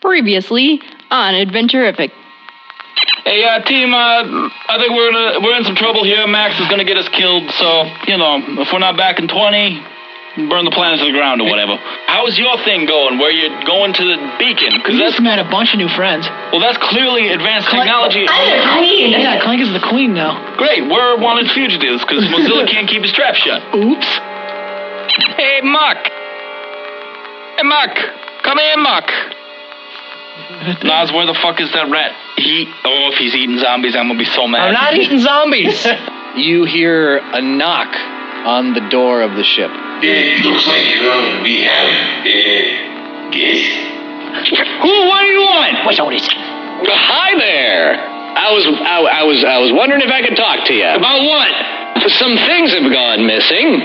Previously on Adventurific. Hey, uh, team, uh, I think we're gonna, we're in some trouble here. Max is gonna get us killed, so, you know, if we're not back in 20, burn the planet to the ground or whatever. How's your thing going, where you're going to the beacon? We Because that's, just met a bunch of new friends. well, that's clearly advanced Clank- technology. Yeah, Clank is the queen now. Great, we're wanted fugitives, because Mozilla can't keep his trap shut. Oops. Hey, Mark. Hey, Mark. Come here, Mark. Nas, where the fuck is that rat? He. Oh, if he's eating zombies, I'm gonna be so mad. I'm not eating zombies. You hear a knock on the door of the ship. It Eh, looks like uh, we have uh, guests. Who? What do you want? What's all this? Hi there. I was I, I was I was wondering if I could talk to you. About what? Some things have gone missing.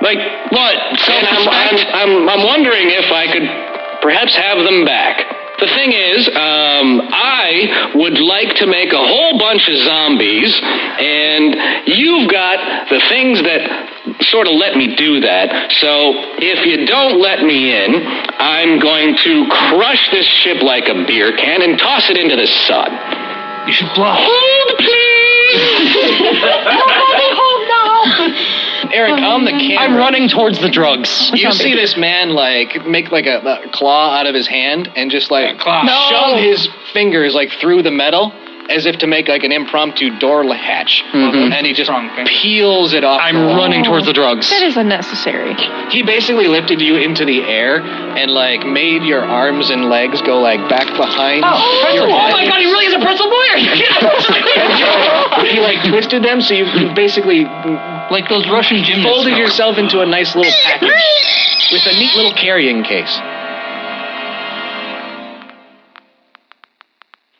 Like What? and I'm, I'm Self-respect? I'm I'm wondering if I could perhaps have them back. The thing is, um, I would like to make a whole bunch of zombies, and you've got the things that sort of let me do that. So if you don't let me in, I'm going to crush this ship like a beer can and toss it into the sun. You should bluff. Hold, please! Eric, on the camera. I'm running towards the drugs. You see this man like make like a, a claw out of his hand and just like No. shove his fingers like through the metal as if to make like an impromptu door hatch, Mm-hmm. and he just peels it off. the wall. towards the drugs. That is unnecessary. He basically lifted you into the air and like made your arms and legs go like back behind. Oh, your head. Oh he really is a pretzel lawyer! He like twisted them, so you you basically like those Russian gymnasts. folded yourself into a nice little package with a neat little carrying case.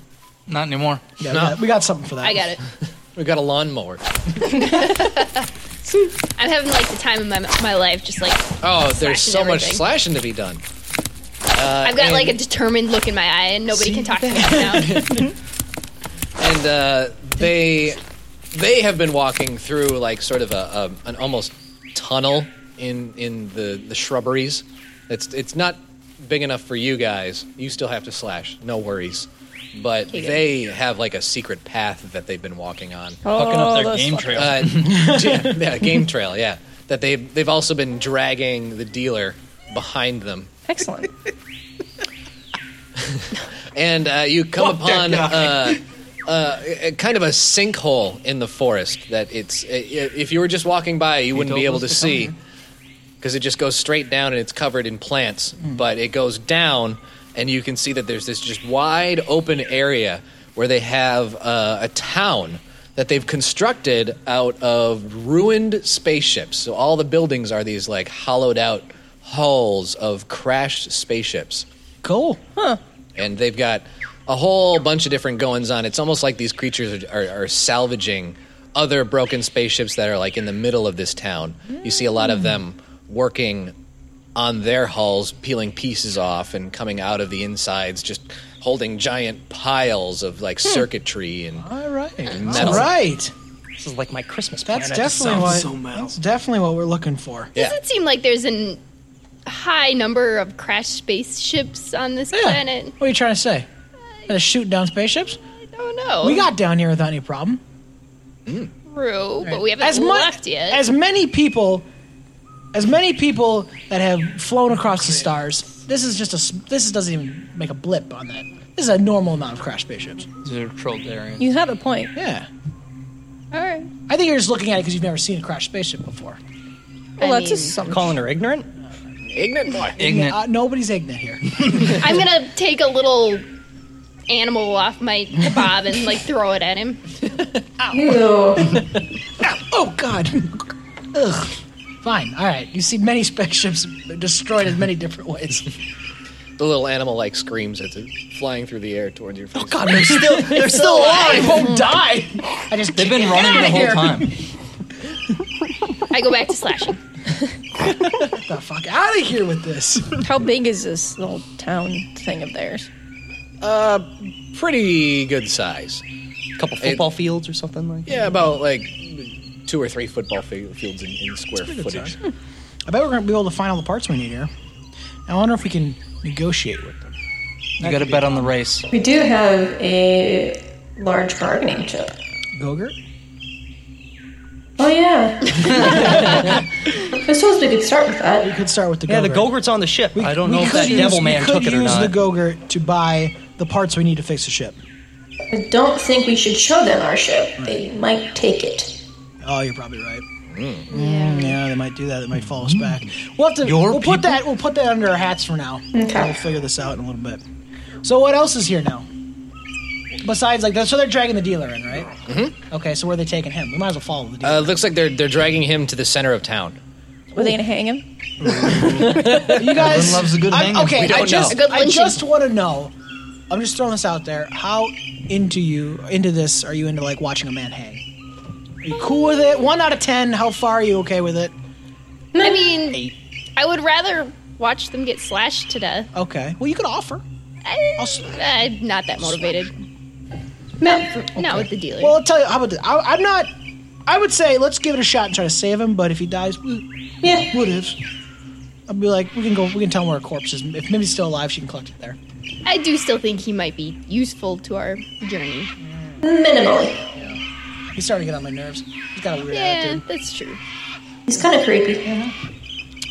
Not anymore. Yeah, we, got, we got something for that. I got it. We got a lawnmower. I'm having like the time of my, my life, just like Oh, there's Slashing so much everything. slashing to be done. Uh, I've got and- like a determined look in my eye, and nobody can talk to me now. and uh, they they have been walking through like sort of a, a an almost tunnel in in the the shrubberies. It's it's not big enough for you guys. You still have to slash. No worries. But Okay, good. they have like a secret path that they've been walking on, Oh, Hooking up their those game fuckers. trail. Uh, yeah, yeah, game trail. Yeah, that they they've also been dragging the dealer behind them. Excellent. and uh, you come Fuck that upon uh, uh, a- a kind of a sinkhole in the forest that it's i- i- if you were just walking by you wouldn't be able told to us to see because it just goes straight down and it's covered in plants but it goes down and you can see that there's this just wide open area where they have uh, a town that they've constructed out of ruined spaceships so all the buildings are these like hollowed out hulls of crashed spaceships cool huh and they've got a whole bunch of different goings on. It's almost like these creatures are, are, are salvaging other broken spaceships that are like in the middle of this town. You see a lot of them working on their hulls, peeling pieces off and coming out of the insides, just holding giant piles of like circuitry and All right. metal. All Hmm. right. This is like my Christmas That's definitely what. that's definitely what we're looking for. Does it seem like there's an high number of crashed spaceships on this planet? What are you trying to say? Gonna shoot down spaceships? Oh no, We got down here without any problem. Rue, but we haven't As mu- left yet. As many people, as many people that have flown across the stars. This is just a. s- This doesn't even make a blip on that. This is a normal amount of crash spaceships. They're Troldarians. You have a point. Yeah. All right. I think you're just looking at it because you've never seen a crash spaceship before. Well, I that's mean- assumption. Calling her ignorant? Ignorant boy. Ignorant. Uh, nobody's ignorant here. I'm gonna take a little animal off my bob and like throw it at him. Oh God. Ugh. Fine. All right. You see many spaceships destroyed in many different ways. The little animal like screams as it's flying through the air towards your face. Oh God, they're still they're still alive. Won't die. I just They've been get running outta the whole here. time. I go back to slashing. Get the fuck out of here with this. How big is this little town thing of theirs? Uh, pretty good size. couple It- football fields or something like Yeah, about like two or three football fi- fields in, in square footage. I bet we're gonna be able to find all the parts we need here. I wonder if we can negotiate with them. You got to bet on the race. We do have a large bargaining chip. Gogurt. Oh yeah. I suppose we could start with that. We could start with the Yeah, the Gogurt. Gogurt's on the ship. I don't We know if could that use- devil man we could took it or use not. the Gogurt to buy the parts we need to fix the ship. I don't think we should show them our ship. They might take it. Oh, you're probably right. Hmm. Mm, yeah, they might do that. They might follow us back. We'll have to. we'll put that. We'll put that under our hats for now. Okay. We'll figure this out in a little bit. So what else is here now? Besides, like, so they're dragging the dealer in, right? Mm-hmm. Okay, so where are they taking him? We might as well follow the. Uh, looks like they're they're dragging him to the center of town. Were they gonna hang him? You guys, loves a good I'm- hanging. okay, We I don't just, know. A good I lynching. just want to know. I'm just throwing this out there. How into you into this are you into like watching a man hang? Are you cool with it? One out of ten. How far are you okay with it? I mean, I would rather watch them get slashed to death. Okay. Well, you could offer. I, am not that motivated. Not for- Not with the dealer. Well, I'll tell you. How about this? I, I'm not. I would say let's give it a shot and try to save him. But if he dies, yeah, what if? I'd be like, we can go. We can tell him where a corpse is. If Mimi's still alive, she can collect it there. I do still think he might be useful to our journey. Minimally. He's starting to get on my nerves. He's got a weird Yeah, attitude. that's true. He's kind of creepy.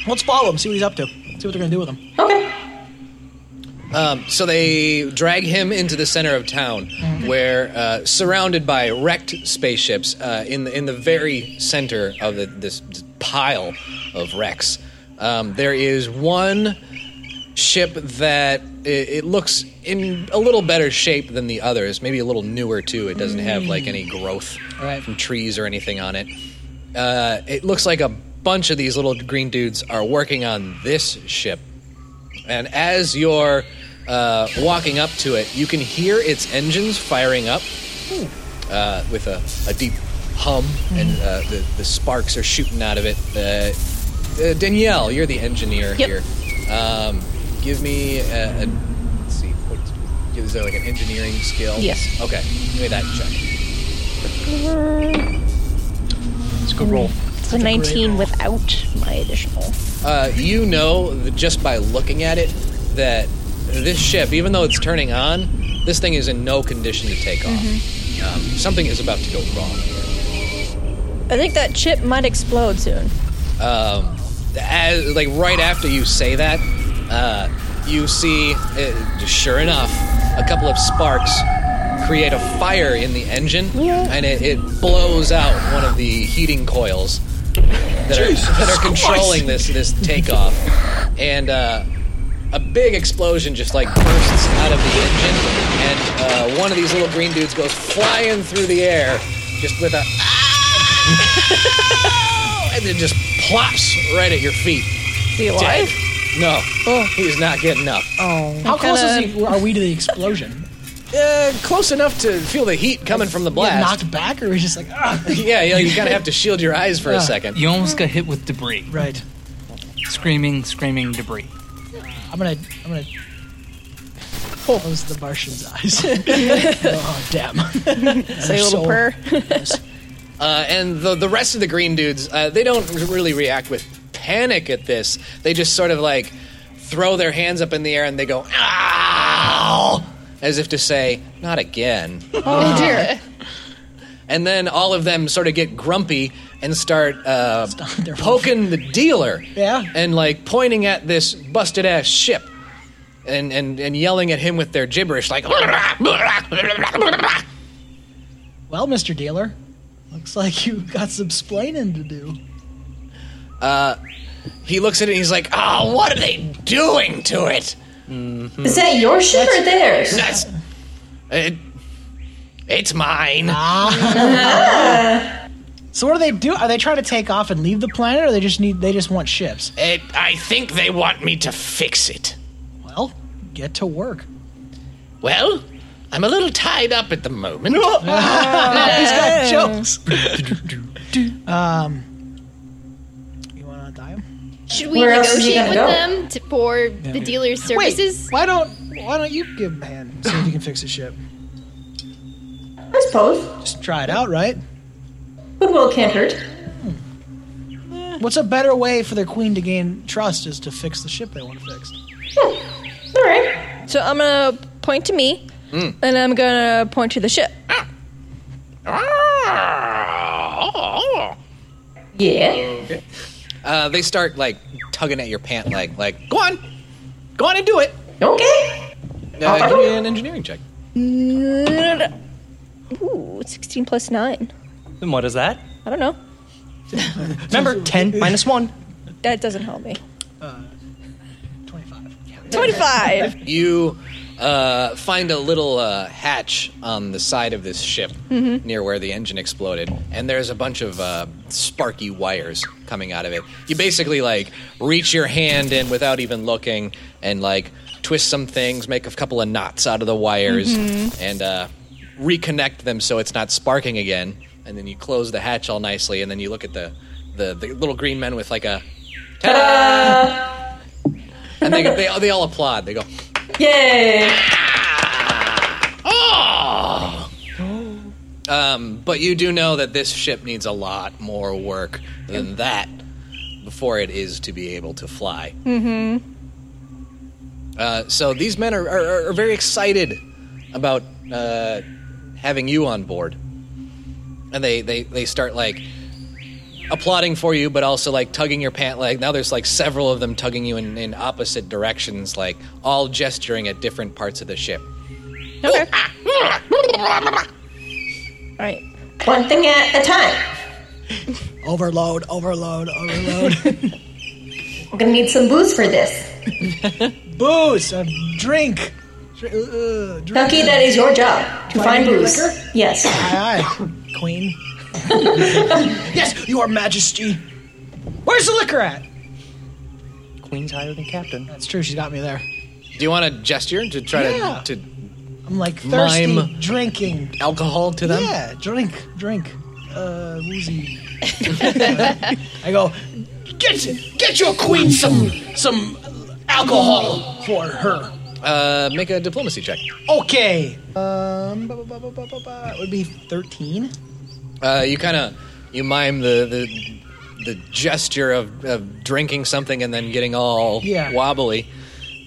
Let's follow him. See what he's up to. See what they're gonna do with him. Um, so they drag him into the center of town, where uh, surrounded by wrecked spaceships, uh, in the in the very center of the, this, this pile of wrecks, um, there is one ship that it, it looks in a little better shape than the others, maybe a little newer too. It doesn't have like any growth Right. from trees or anything on it. Uh, it looks like a bunch of these little green dudes are working on this ship. And as you're uh, walking up to it, you can hear its engines firing up uh, with a, a deep hum, and Mm-hmm. uh, the, the sparks are shooting out of it. Uh, uh, Danielle, you're the engineer Yep. here. Um, give me a, a let's see, what, is there like an engineering skill? Yes. Okay, give me that check. Let's go roll. It's a 19 without my additional. Uh, you know that just by looking at it that this ship, even though it's turning on, this thing is in no condition to take off. Mm-hmm. Mm-hmm. Um, something is about to go wrong. I think that chip might explode soon. um, as, like right after you say that, uh, you see, uh, sure enough, a couple of sparks create a fire in the engine, and it, it blows out one of the heating coils that are, Jesus that are Christ. controlling this this takeoff, and uh, a big explosion just like bursts out of the engine, and uh, one of these little green dudes goes flying through the air, just with a and then just plops right at your feet. Is he alive? Dead. No. He's not getting up. Oh. How close is he, are we to the explosion? Uh, close enough to feel the heat coming from the Get blast. knocked back, or he's just like, ah. yeah, yeah, you kind of have to shield your eyes for Yeah. a second. You almost got hit with debris. Right. Screaming, screaming debris. I'm gonna, I'm gonna close the Martian's eyes. oh damn! Say a little prayer. Yes. Uh, and the the rest of the green dudes, uh, they don't r- really react with panic at this. They just sort of like throw their hands up in the air and they go ow, as if to say, "Not again." Oh dear. And then all of them sort of get grumpy and start uh, poking the dealer. Yeah. And like pointing at this busted ass ship and, and, and yelling at him with their gibberish, like, Well, Mister Dealer, looks like you got some splaining to do. uh, he looks at it and he's like, oh, what are they doing to it? Is that your ship or theirs? That's. It, it's mine. Ah. so what do they do? Are they trying to take off and leave the planet, or they just need they just want ships? It, I think they want me to fix it. Well, get to work. Well, I'm a little tied up at the moment. Oh. He's got jokes. um, Should we Where else is he negotiate with gonna go? them to, for the dealer's services? Wait, why don't why don't you give him a hand and see if you can fix his ship? I suppose. Just try it out, right? Goodwill can't hurt. Hmm. What's a better way for their queen to gain trust is to fix the ship they want to fix. Hmm. All right. So I'm gonna point to me, Mm. and I'm gonna point to the ship. Yeah. Uh, they start like tugging at your pant leg, like go on, go on and do it. Okay. Uh, give me an engineering check. Ooh, 16 plus nine. Then what is that? I don't know. Remember, 10 minus 1. That doesn't help me. You uh, find a little uh, hatch on the side of this ship Mhm. near where the engine exploded, and there's a bunch of uh, sparky wires coming out of it. You basically like reach your hand in without even looking, and like twist some things, make a couple of knots out of the wires, Mhm. and uh, reconnect them so it's not sparking again. And then you close the hatch all nicely, and then you look at the the, the little green men with like a ta-da! and they, they they all applaud. They go. Yay! Oh! "Ah!" Um, but you do know that this ship needs a lot more work than that before it is to be able to fly. Mm hmm. Uh, so these men are, are, are very excited about uh, having you on board, and they, they they start like applauding for you, but also like tugging your pant leg. Now there's like several of them tugging you in, in opposite directions, like all gesturing at different parts of the ship. Okay. Alright. One thing at a time. Overload, overload, overload. I'm gonna need some booze for this. Booze, uh, drink. Dr- uh, drink. Ducky, that is your job to Do I find need booze. liquor? Yes. Aye, aye, Queen. yes, Your Majesty. Where's the liquor at? Queen's higher than captain. That's true. She's got me there. Do you want to gesture to try Yeah. to, to I'm like thirsty, Mime drinking alcohol to them? Yeah, drink, drink. Uh, woozy. I go. Get get your queen some some alcohol for her. Uh, make a diplomacy check. Okay. Um, ba- ba- ba- ba- ba- ba- ba. it would be thirteen. Uh, you kind of you mime the the, the gesture of, of drinking something and then getting all Yeah. wobbly,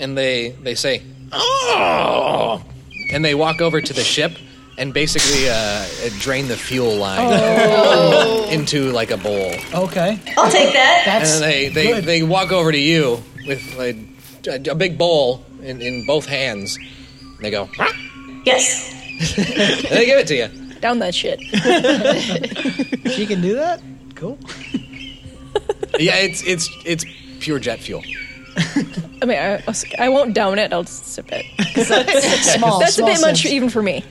and they they say oh, and they walk over to the ship and basically uh, drain the fuel line Oh. into like a bowl. Okay. I'll take that. and they they, good. they walk over to you with like, a, a big bowl in, in both hands. And they go, yes. and they give it to you. Down that shit. she can do that. Cool. Yeah, it's it's it's pure jet fuel. I mean, I, I won't down it. I'll just sip it. 'Cause That's, Small- that's small a bit much sips. even for me.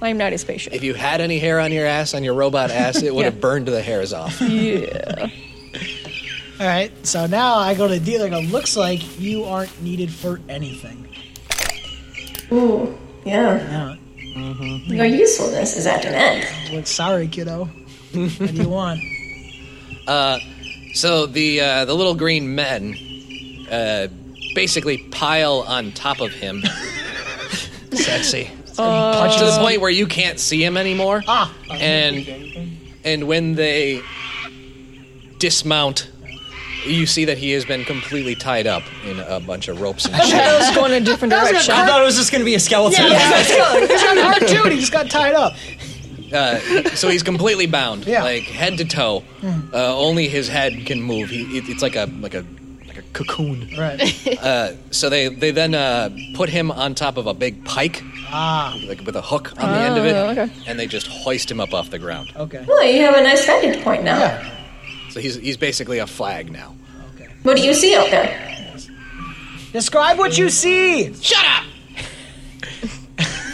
I'm not a spaceship. If you had any hair on your ass, on your robot ass, it would Yeah. have burned the hairs off. Yeah. All right. So now I go to the dealer. and go, looks like you aren't needed for anything. Ooh, yeah. Yeah. Your usefulness is at an end. Like, sorry, kiddo. what do you want? Uh, so the uh, the little green men uh, basically pile on top of him. Sexy. Punch Uh, to the him. point where you can't see him anymore. Ah. And and when they dismount, you see that he has been completely tied up in a bunch of ropes and shit. I was going a different That was direction. gonna- I thought it was just going to be a skeleton. He's got cartoon. He just got tied up. Uh, so he's completely bound, like head to toe. Mm. Uh, only his head can move. He, it, it's like a like a like a cocoon. Right. Uh, so they they then uh, put him on top of a big pike, ah. like with a hook on the end of it, Oh, okay. and they just hoist him up off the ground. Okay. Well, you have a nice vantage point now. So he's he's basically a flag now. What do you see out there? Describe what you see. Shut up.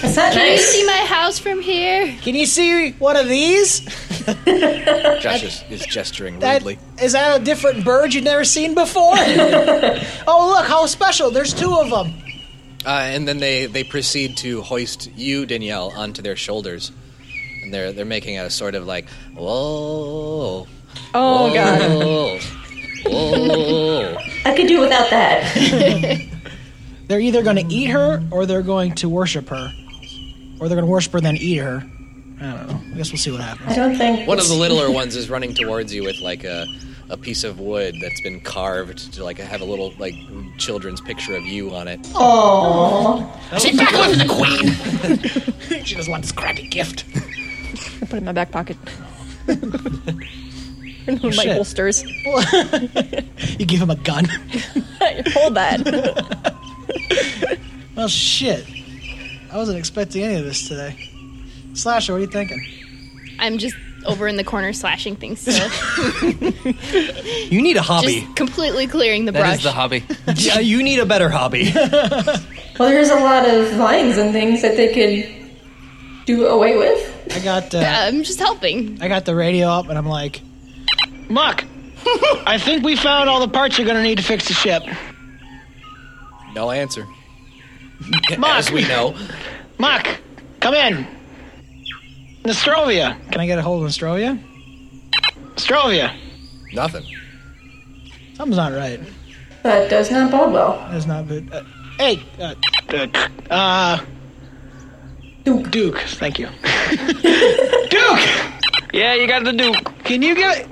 Is Can you see my house from here? Can you see one of these? Josh is, is gesturing That rudely. is that a different bird you've never seen before? oh, look how special! There's two of them. Uh, and then they, they proceed to hoist you, Danielle, onto their shoulders. And they're they're making a sort of like, whoa. Oh, whoa, God. Whoa. I could do without that. They're either going to eat her or they're going to worship her, or they're going to worship her then eat her. I don't know. I guess we'll see what happens. I don't think One of the littler ones is running towards you with like a, a piece of wood that's been carved to like have a little like children's picture of you on it. Oh. Sit back with the queen. she just wants crappy gift. I put it in my back pocket. In Oh, my shit. holsters. You give him a gun. Hold that. Well, shit. I wasn't expecting any of this today. Slasher, what are you thinking? I'm just over in the corner slashing things still. You need a hobby. Just completely clearing the That brush. is the hobby. yeah, you need a better hobby. Well, there's a lot of vines and things that they could do away with. I got. Uh, Yeah, Um, I'm just helping. I got the radio up and I'm like, Muck, I think we found all the parts you're gonna need to fix the ship. No answer. Mark. As we know. Muck, come in. Nostrovia. Can I get a hold of Nostrovia? Nostrovia. Nothing. Something's not right. That does not bode well. That's not good. Uh, hey, uh, uh, uh, Duke. Duke. Thank you. Duke. Yeah, you got the Duke. Can you get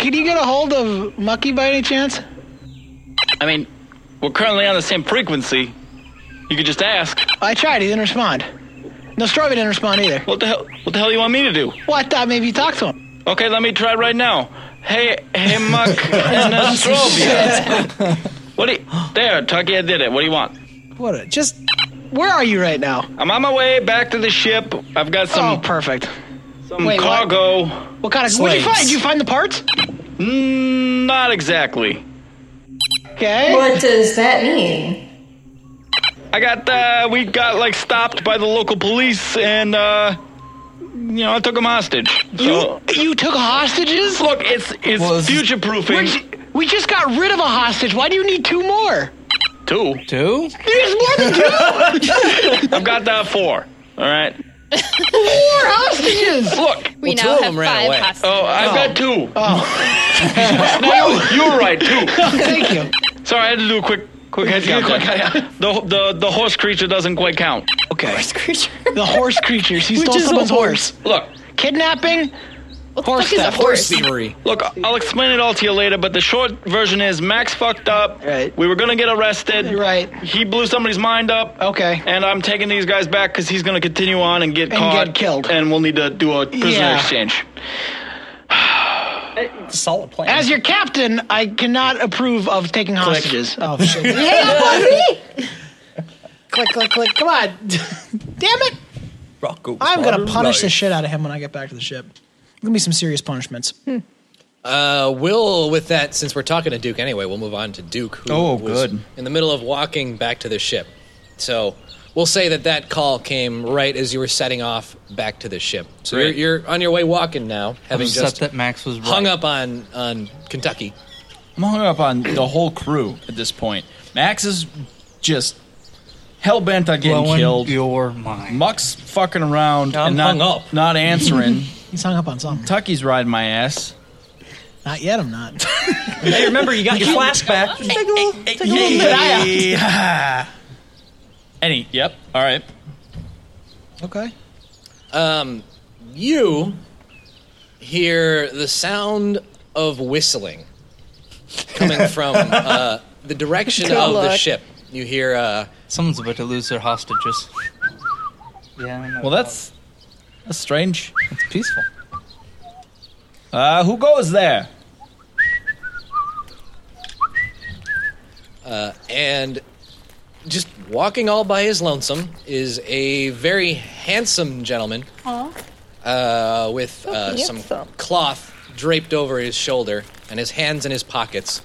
Can you get a hold of Mucky by any chance? I mean, we're currently on the same frequency. You could just ask. I tried. He didn't respond. Nostrovi didn't respond either. What the hell? What the hell do you want me to do? Well, I thought maybe you talked to him. Okay, let me try right now. Hey, hey, Muck and Nostrovia. what do you, there, Tucky, I did it. What do you want? What? A, just where are you right now? I'm on my way back to the ship. I've got some. Oh, perfect. Some Wait, what? Hmm, cargo. What kind of? What did you find? Did you find the parts? Mm, not exactly. Okay. What does that mean? I got uh, we got like stopped by the local police, and uh, you know I took them hostage. So You you took hostages? look, it's it's future proofing. We just got rid of a hostage. Why do you need two more? Two. Two? There's more than two. I've got that four. All right. Four hostages. Look. We now have five hostages. Oh, I've got two. you, are right, two. Oh. Thank you. Sorry, I had to do a quick quick head count. there. The the the horse creature doesn't quite count. Okay. Horse creature. The horse creatures. He stole is a someone's horse. Look. Kidnapping. horse fuck is a theft. horse? thievery. Look, I'll explain it all to you later, but the short version is Max fucked up. Right. We were gonna get arrested. Right. He blew somebody's mind up. Okay. And I'm taking these guys back because he's gonna continue on and get And caught, get killed. and we'll need to do a prisoner Yeah. exchange. Solid plan. As your captain, I cannot approve of taking hostages. Oh shit! Hang up on me! click, click, click! Come on! Damn it! Rocco I'm gonna punish the Life. shit out of him when I get back to the ship. Gonna be some serious punishments. Hmm. Uh, we'll with that since we're talking to Duke anyway, we'll move on to Duke. Who Oh, was good. In the middle of walking back to the ship, so we'll say that that call came right as you were setting off back to the ship. So Great. you're, you're on your way walking now, having upset just that Max was right. hung up on on Kentucky. I'm hung up on the whole crew at this point. Max is just hell bent on getting Blowing killed. your mind. Muck's fucking around I'm and not, hung up. not answering. He's hung up on something. Tucky's riding my ass. Not yet. I'm not. Hey, remember, you got your flashback. Just take a little, take a little bit out. Yeah. Any? Yep. All right. Okay. Um, you hear the sound of whistling coming from uh, the direction Good of the luck. ship. You hear uh, someone's about to lose their hostages. Yeah. Well, that's that's strange. It's peaceful. Uh, who goes there? Uh, and just walking all by his lonesome is a very handsome gentleman uh, with uh, some cloth draped over his shoulder and his hands in his pockets.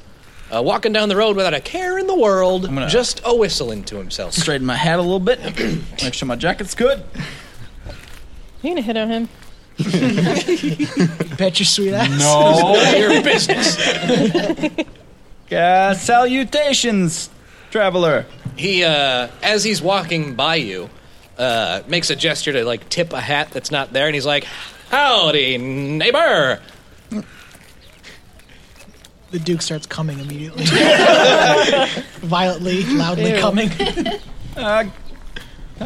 Uh, walking down the road without a care in the world, just a whistling to himself. Straighten my hat a little bit. Make sure my jacket's good. You gonna hit on him? Bet your sweet ass. No. Your business. Uh, salutations, traveler. He, uh, as he's walking by you, uh, makes a gesture to like tip a hat that's not there, and he's like, "Howdy, neighbor." The Duke starts coming immediately. Violently, loudly Ew. coming. Uh,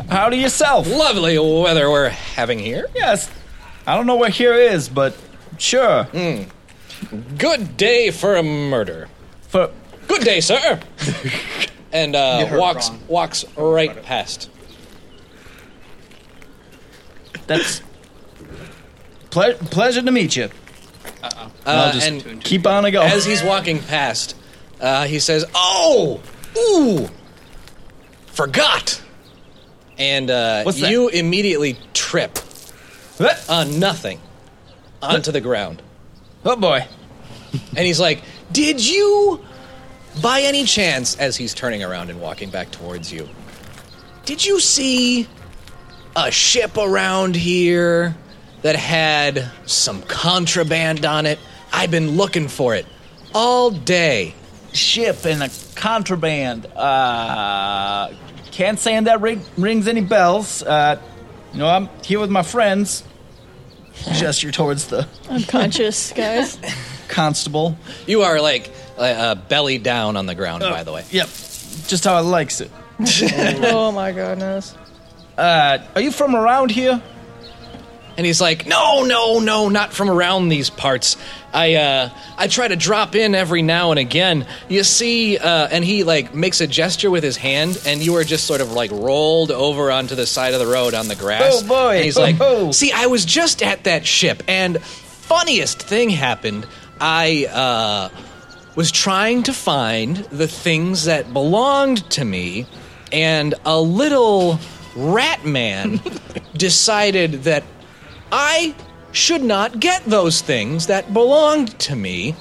howdy yourself. Lovely weather we're having here. Yes. I don't know where here is, but sure. Hmm. Good day for a murder. For good day, sir. and You uh, heard walks wrong. walks right past. That's ple- pleasure to meet you. Uh-uh. Uh, I'll just and keep on a go. As he's walking past, uh, he says, "Oh, ooh, forgot." And uh, What's that? you immediately trip on nothing onto the ground. Oh boy! And he's like, "Did you, by any chance?" As he's turning around and walking back towards you, did you see a ship around here that had some contraband on it? I've been looking for it all day. Ship and a contraband. Uh, can't say that ring- rings any bells. Uh, you know, I'm here with my friends. Gesture towards the I'm conscious, guys. constable. You are like uh, uh, belly down on the ground, Uh, by the way. Yep, just how it likes it. oh my goodness. Uh, uh, are you from around here? And he's like, no, no, no, not from around these parts. I uh, I try to drop in every now and again. You see, uh, and he like makes a gesture with his hand, and you are just sort of like rolled over onto the side of the road on the grass. Oh, boy. And he's like, Oh, oh. see, I was just at that ship, and funniest thing happened. I uh, was trying to find the things that belonged to me, and a little rat man decided that I should not get those things that belonged to me.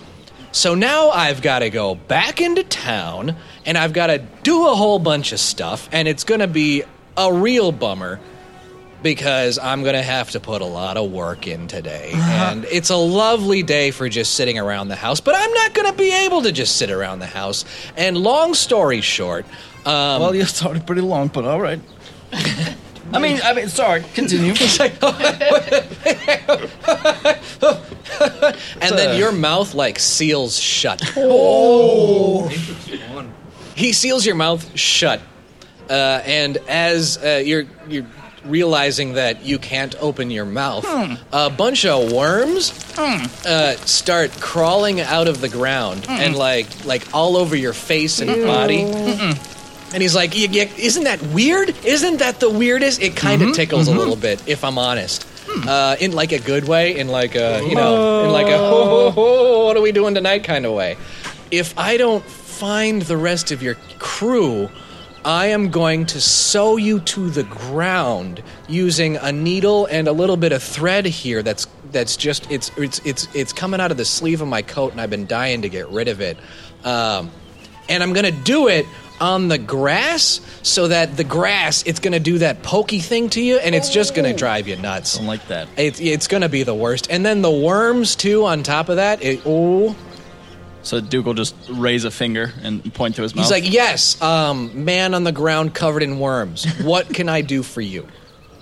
So now I've got to go back into town and I've got to do a whole bunch of stuff, and it's going to be a real bummer because I'm going to have to put a lot of work in today. Uh-huh. And it's a lovely day for just sitting around the house, but I'm not going to be able to just sit around the house. And long story short, um, well, you started pretty long, but all right. I mean, I mean, sorry. Continue. and then your mouth like seals shut. Oh. He seals your mouth shut, uh, and as uh, you're you're realizing that you can't open your mouth, Hmm. a bunch of worms uh, start crawling out of the ground and Mm-mm. like like all over your face and Ew. body. And he's like, "Y- y- "Isn't that weird? Isn't that the weirdest?" It kind of tickles a little bit, if I'm honest, uh, in like a good way, in like a you know, in like a ho ho ho, what are we doing tonight kind of way. If I don't find the rest of your crew, I am going to sew you to the ground using a needle and a little bit of thread here. That's that's just it's it's it's it's coming out of the sleeve of my coat, and I've been dying to get rid of it. Um, and I'm gonna do it on the grass so that the grass it's gonna do that pokey thing to you and it's just gonna drive you nuts don't like that it's, it's gonna be the worst and then the worms too on top of that it, oh So Duke will just raise a finger and point to his mouth. he's like yes um, man on the ground covered in worms what can i do for you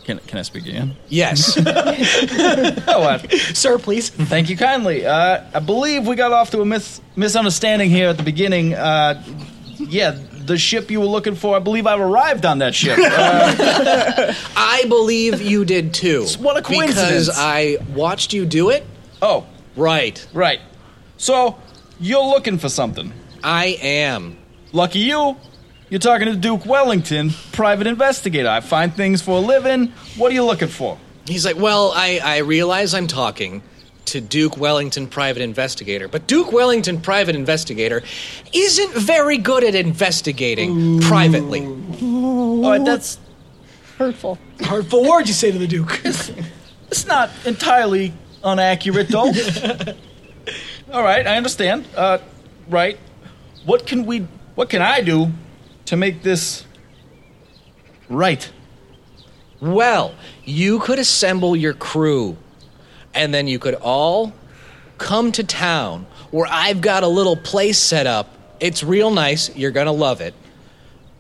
can, can I speak to you? yes oh, Sir, please. Thank you kindly. Uh, I believe we got off to a mis- misunderstanding here at the beginning. Uh, yeah, the ship you were looking for, I believe I've arrived on that ship. Uh, I believe you did too. What a coincidence. Because I watched you do it. Oh. Right. Right. So, you're looking for something. I am. Lucky you. You're talking to Duke Wellington, private investigator. I find things for a living. What are you looking for? He's like, well, I, I realize I'm talking to Duke Wellington, private investigator, but Duke Wellington, private investigator, isn't very good at investigating privately. All right, that's hurtful. Hurtful word you say to the Duke. It's not entirely inaccurate, though. All right, I understand. Uh, right. What can we? What can I do to make this right? Well, you could assemble your crew, and then you could all come to town where I've got a little place set up. It's real nice. You're going to love it.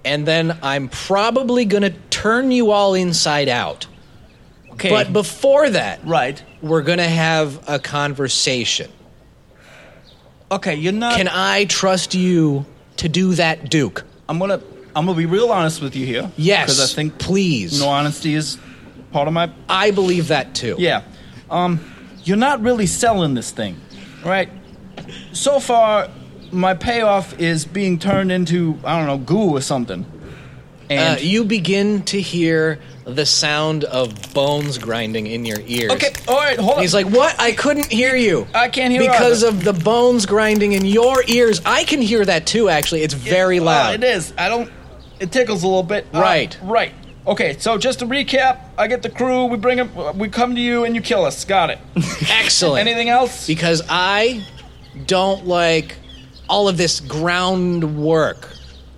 And then I'm probably going to turn you all inside out. Okay. But before that, right, we're going to have a conversation. Okay, you're not Can I trust you to do that, Duke? I'm going to I'm gonna be real honest with you here. Yes, Because I think please. No honesty is part of my. I believe that too. Yeah. Um, you're not really selling this thing, right? So far, my payoff is being turned into I don't know goo or something. And uh, you begin to hear the sound of bones grinding in your ears. Okay, all right, hold on. He's like, "What? I couldn't hear you. I can't hear because either." of the bones grinding in your ears. I can hear that too. Actually, it's very Uh, loud. it is. I don't. It tickles a little bit. Uh, Right. right. Okay. So just to recap, I get the crew. We bring them. We come to you, and you kill us. Got it. Excellent. Anything else? Because I don't like all of this groundwork.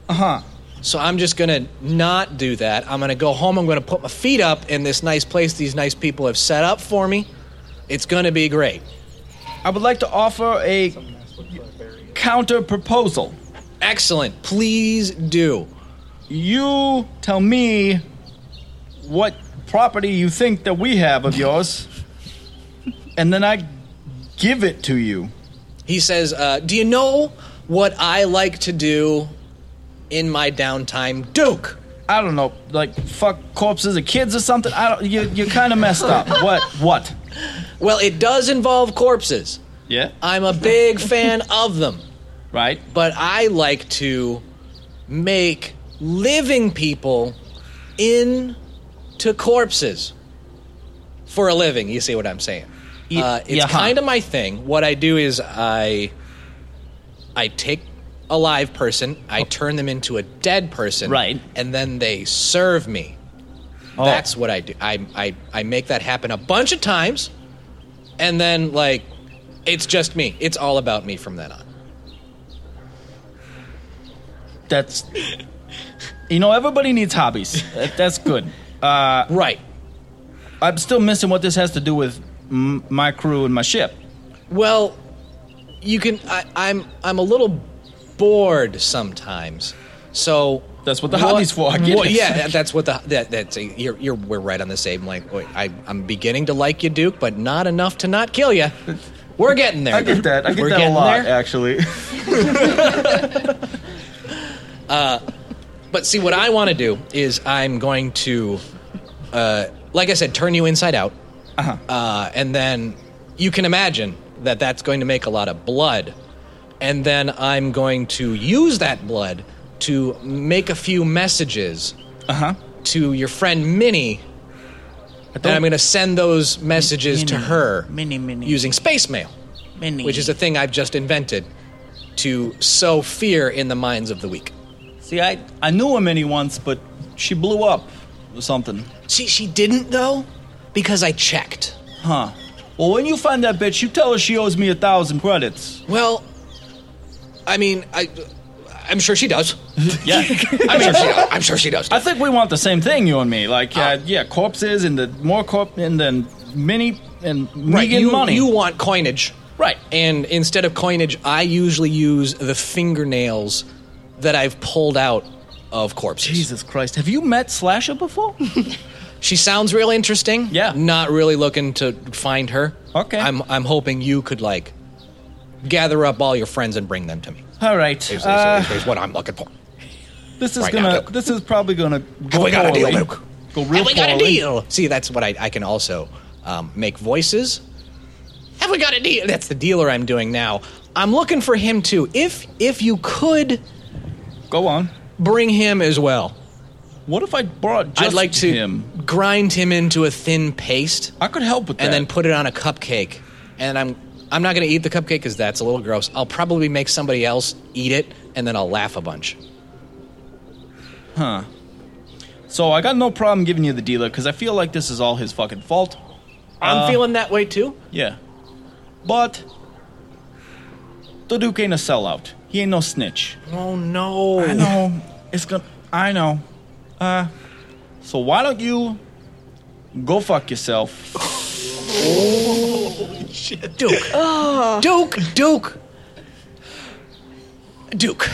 Uh huh. So I'm just gonna not do that. I'm gonna go home. I'm gonna put my feet up in this nice place these nice people have set up for me. It's gonna be great. I would like to offer a counter proposal. Excellent. Please do. You tell me what property you think that we have of yours, and then I give it to you. He says, uh, "Do you know what I like to do in my downtime, Duke?" I don't know, like fuck corpses of kids or something. I don't. You you kind of messed up. What what? Well, it does involve corpses. Yeah. I'm a big fan of them. Right. But I like to make living people in to corpses for a living. You see what I'm saying? uh, it's yeah, huh. kind of my thing. What I do is I I take a live person, I turn them into a dead person, Oh. Right. and then they serve me. Oh. That's what I do. I, I I make that happen a bunch of times, and then like it's just me. It's all about me from then on. That's. You know, everybody needs hobbies. That- That's good. Uh, right. I'm still missing what this has to do with m- my crew and my ship. Well, you can. I, I'm I'm a little bored sometimes, so that's what the hobby's for, I get well, it. yeah, that- that's what the that, that's a, you're, you're we're right on the same. Like wait, I I'm beginning to like you, Duke, but not enough to not kill you. We're getting there. I get that. I get We're that a getting lot, there. actually. Uh, but see, what I want to do is I'm going to, uh, like I said, turn you inside out, uh-huh. and then you can imagine that that's going to make a lot of blood, and then I'm going to use that blood to make a few messages uh-huh. to your friend Minnie. And I'm going to send those messages to her Mini, mini. using space mail, Mini. which is a thing I've just invented to sow fear in the minds of the weak. See, I, I knew a Minnie once, but she blew up or something. She, she didn't, though, because I checked. Huh. Well, when you find that bitch, you tell her she owes me a thousand credits. Well, I mean, I, I'm sure she does. yeah. I'm sure she does. I'm sure she does. Oh. I think we want the same thing, you and me. Like, uh, yeah, corpses and the more corp and then Minnie and Right, Megan you, money. you want coinage. Right. And instead of coinage, I usually use the fingernails that I've pulled out of corpses. Jesus Christ. Have you met Slasher before? she sounds real interesting. Yeah. Not really looking to find her. Okay. I'm, I'm hoping you could, like, gather up all your friends and bring them to me. All right. Is, is- uh, is what I'm looking for. this is right now, gonna. this is probably gonna. Go we got a poorly. deal, Luke. Go real Have we got a poorly. deal? See, that's what I, I can also um, make voices. Have we got a deal? That's the dealer I'm doing now. I'm looking for him too. If if you could, go on. Bring him as well. What if I brought? I'd like to grind him into a thin paste. I could help with and that. then put it on a cupcake. And I'm I'm not going to eat the cupcake because that's a little gross. I'll probably make somebody else eat it, and then I'll laugh a bunch. Uh, Huh. So I got no problem giving you the dealer because I feel like this is all his fucking fault. I'm Uh, feeling that way too. Yeah. But the Duke ain't a sellout. He ain't no snitch. Oh no. I know. It's gonna I know. Uh so why don't you go fuck yourself? Oh, shit. Duke. Oh. Duke. Duke. Duke.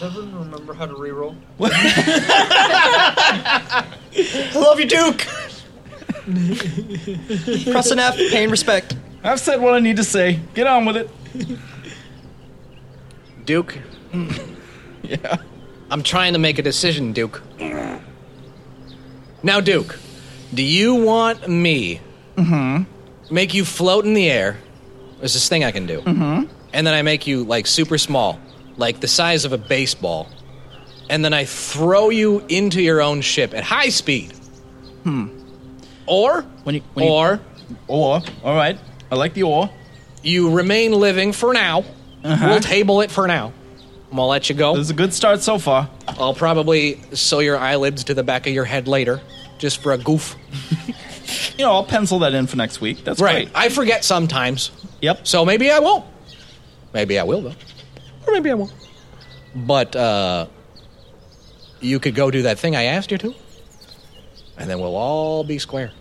Seven, remember how to reroll? I love you, Duke. Press an F, paying respect. I've said what I need to say. Get on with it. Duke. yeah. I'm trying to make a decision, Duke. Now, Duke, do you want me Mm-hmm. make you float in the air? There's this thing I can do. Mm. Mm-hmm. And then I make you like super small, like the size of a baseball. And then I throw you into your own ship at high speed. Hmm. Or when you when or or all right, I like the or. You remain living for now. Uh-huh. We'll table it for now. I'm gonna let you go. This is a good start so far. I'll probably sew your eyelids to the back of your head later, just for a goof. you know, I'll pencil that in for next week. That's right. I forget sometimes. Yep. So maybe I won't. Maybe I will though. Or maybe I won't. But uh, you could go do that thing I asked you to, and then we'll all be square.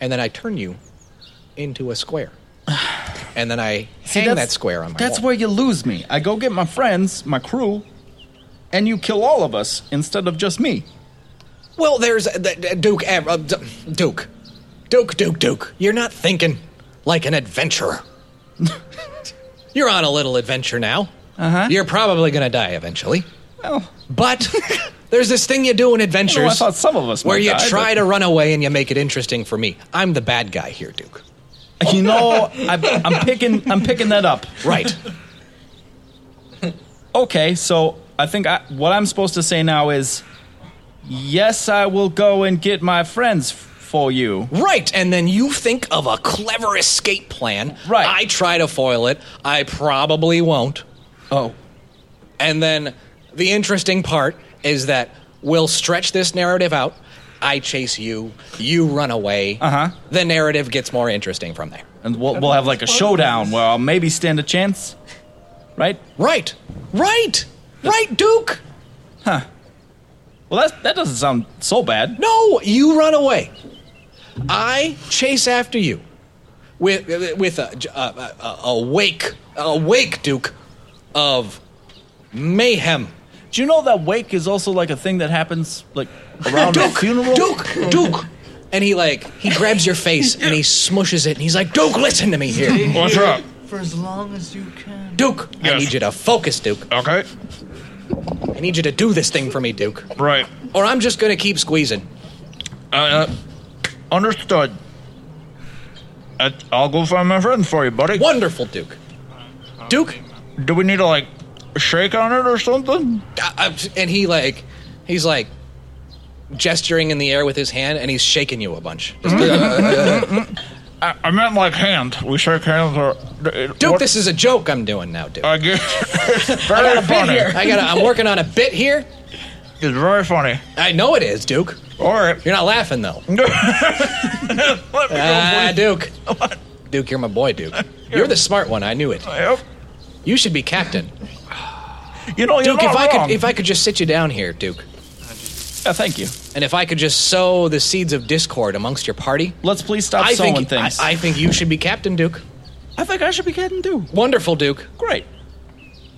And then I turn you into a square, and then I See, hang that's- that square on my That's wall. where you lose me. I go get my friends, my crew, and you kill all of us instead of just me. Well, there's uh, th- th- Duke, uh, uh, D- Duke, Duke, Duke, Duke. You're not thinking like an adventurer. You're Uh-huh. on a little adventure now. Uh huh. You're probably gonna die eventually. Well, but There's this thing you do in adventures. Well, I thought some of us where might you die, try but- to run away and you make it interesting for me. I'm the bad guy here, Duke. You know, I, I'm picking. I'm picking that up. Right. Okay, so I think I, what I'm supposed to say now is, yes, I will go and get my friends f- for you. Right, and then you think of a clever escape plan. Right. I try to foil it. I probably won't. Oh. And then the interesting part is that we'll stretch this narrative out. I chase you, you run away. Uh huh. The narrative gets more interesting from there. Uh-huh. And we'll, we'll have like a showdown where I'll maybe stand a chance. Right? Right. Right. Right, Duke. Huh. Well, that that doesn't sound so bad. No, you run away. I chase after you with with a, a, a, a wake a wake, Duke, of mayhem. Do you know that wake is also like a thing that happens like around a Duke, funeral? Duke, Duke. And he like he grabs your face and he smushes it and he's like, Duke, listen to me here. What's up? For as long as you can. Duke, I need you to focus, Duke. Okay. I need you to do this thing for me, Duke. Right. Or I'm just gonna keep squeezing. Uh, uh, understood. Uh, I'll go find my friends for you, buddy. Wonderful, Duke. Duke? Do we need to, like, shake on it or something? Uh, uh, and he like he's like gesturing in the air with his hand and he's shaking you a bunch. Just, I, I meant, like, hand. We shake hands or. Duke, this is a joke I'm doing now, Duke. I guess. it's very funny. I got. I'm working on a bit here. It's very funny. I know it is, Duke. All right. You're not laughing though. Ah, Duke. Duke, you're my boy, Duke. You're the smart one. I knew it. Yep. You should be captain. You know, you're Duke, if not I wrong. could, if I could just sit you down here, Duke, Yeah, thank you. and if I could just sow the seeds of discord amongst your party, let's please stop I sowing think, things. I, I think you should be captain, Duke. I think I should be getting too. Wonderful, Duke. Great.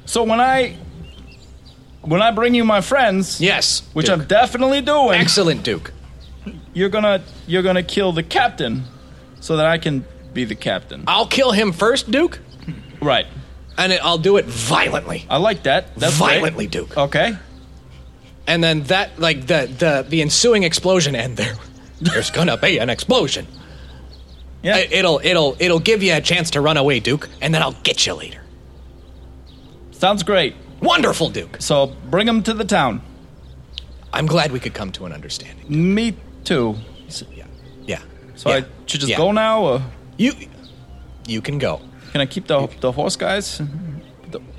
So when I when I bring you my friends, yes, which Duke. I'm definitely doing. Excellent, Duke. You're gonna you're gonna kill the captain, so that I can be the captain. I'll kill him first, Duke, Right. and it, I'll do it violently. I like that. That's great. violently, Duke. Okay. And then that, like the the the ensuing explosion, and there, there's gonna be an explosion. Yeah. It, will it'll it'll give you a chance to run away, Duke, and then I'll get you later. Sounds great. Wonderful, Duke. So bring him to the town. I'm glad we could come to an understanding. Me too. Yeah. So Yeah. I should just Yeah. go now, or You you can go. can I keep the the horse guys?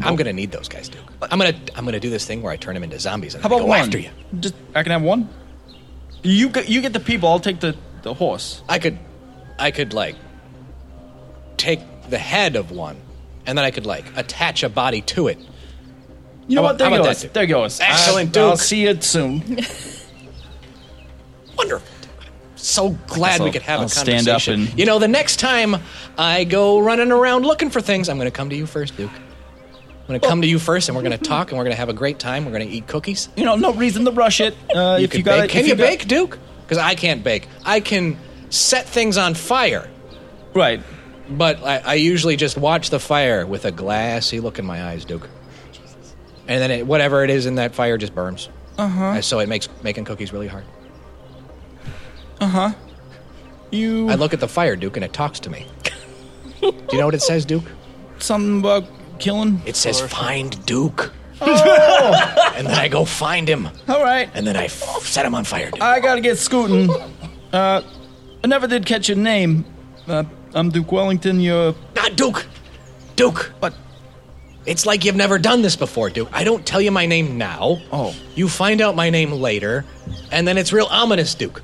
I'm gonna need those guys, Duke. I'm gonna I'm gonna do this thing where I turn them into zombies and How they about go one? after you. Just I can have one. You get you get the people. I'll take the the horse. I could, I could like take the head of one, and then I could like attach a body to it. You know How what? about- There how about goes. that, Duke? There goes. Excellent, I, I'll Duke. see you soon. Wonderful. So glad we I'll- could have I'll a stand up conversation. and- you know, the next time I go running around looking for things, I'm going to come to you first, Duke. I'm going to come to you first, and we're going to talk, and we're going to have a great time. We're going to eat cookies. you know, no reason to rush it. Uh, if can you got bake. it, can if you, got- bake, Duke? Because I can't bake. I can set things on fire, right? but I, I usually just watch the fire with a glassy look in my eyes, Duke. And then it, whatever it is in that fire just burns. Uh huh. And So it makes making cookies really hard. Uh huh. You I look at the fire, Duke, and it talks to me. Do you know what it says, Duke? something about killing? It says, find Duke. Oh, And then I go find him. all right. And then I f- set him on fire, Duke. I gotta get scooting. Uh, I never did catch your name. Uh, I'm Duke Wellington. You're Not Duke. Duke. But- It's like you've never done this before, Duke. I don't tell you my name now. oh, You find out my name later, and then it's real ominous, Duke.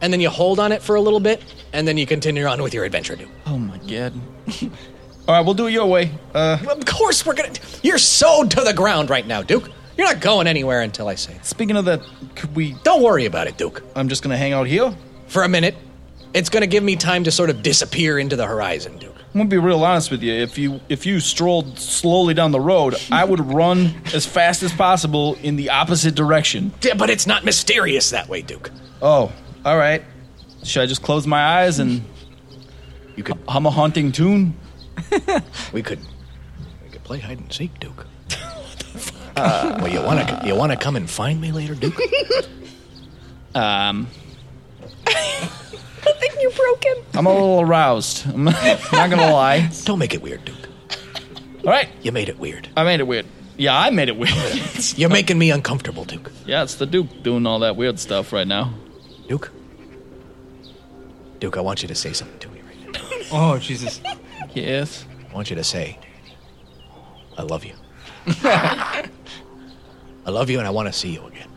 And then you hold on it for a little bit, and then you continue on with your adventure, Duke. oh my god. all right, we'll do it your way. Uh, Of course, we're gonna. You're sewed to the ground right now, Duke. You're not going anywhere until I say it. speaking of that, could we? Don't worry about it, Duke. I'm just gonna hang out here. for a minute. It's going to give me time to sort of disappear into the horizon, Duke. I'm gonna be real honest with you. If you if you strolled slowly down the road, I would run as fast as possible in the opposite direction. Yeah, but it's not mysterious that way, Duke. Oh, all right. Should I just close my eyes and You could, hum a haunting tune? we could, we could play hide and seek, Duke. Uh, well, you want to you want to come and find me later, Duke? Um, I think you're broken. I'm a little aroused. I'm not gonna lie. Don't make it weird, Duke. All right. You made it weird. I made it weird. Yeah, I made it weird. You're making me uncomfortable, Duke. yeah, it's the Duke doing all that weird stuff right now. Duke. Duke, I want you to say something to me right now. Oh Jesus. Yes. I want you to say, "I love you." I love you, and I want to see you again.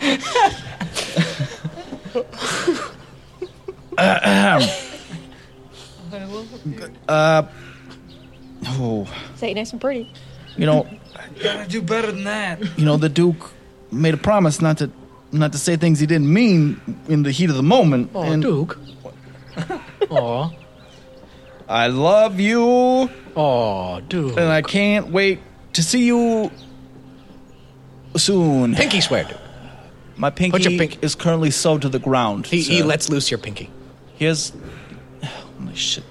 Uh, oh, Say it nice and pretty. you know, Gotta do better than that. you know, the Duke made a promise not to, not to say things he didn't mean in the heat of the moment. Oh, and Duke. Aw. I love you, Oh, Duke. and I can't wait to see you soon. Pinky swear, Duke. My pinky, Put your pinky- is currently sewed to the ground. He, he sir. lets loose your pinky. Here's. Holy shit.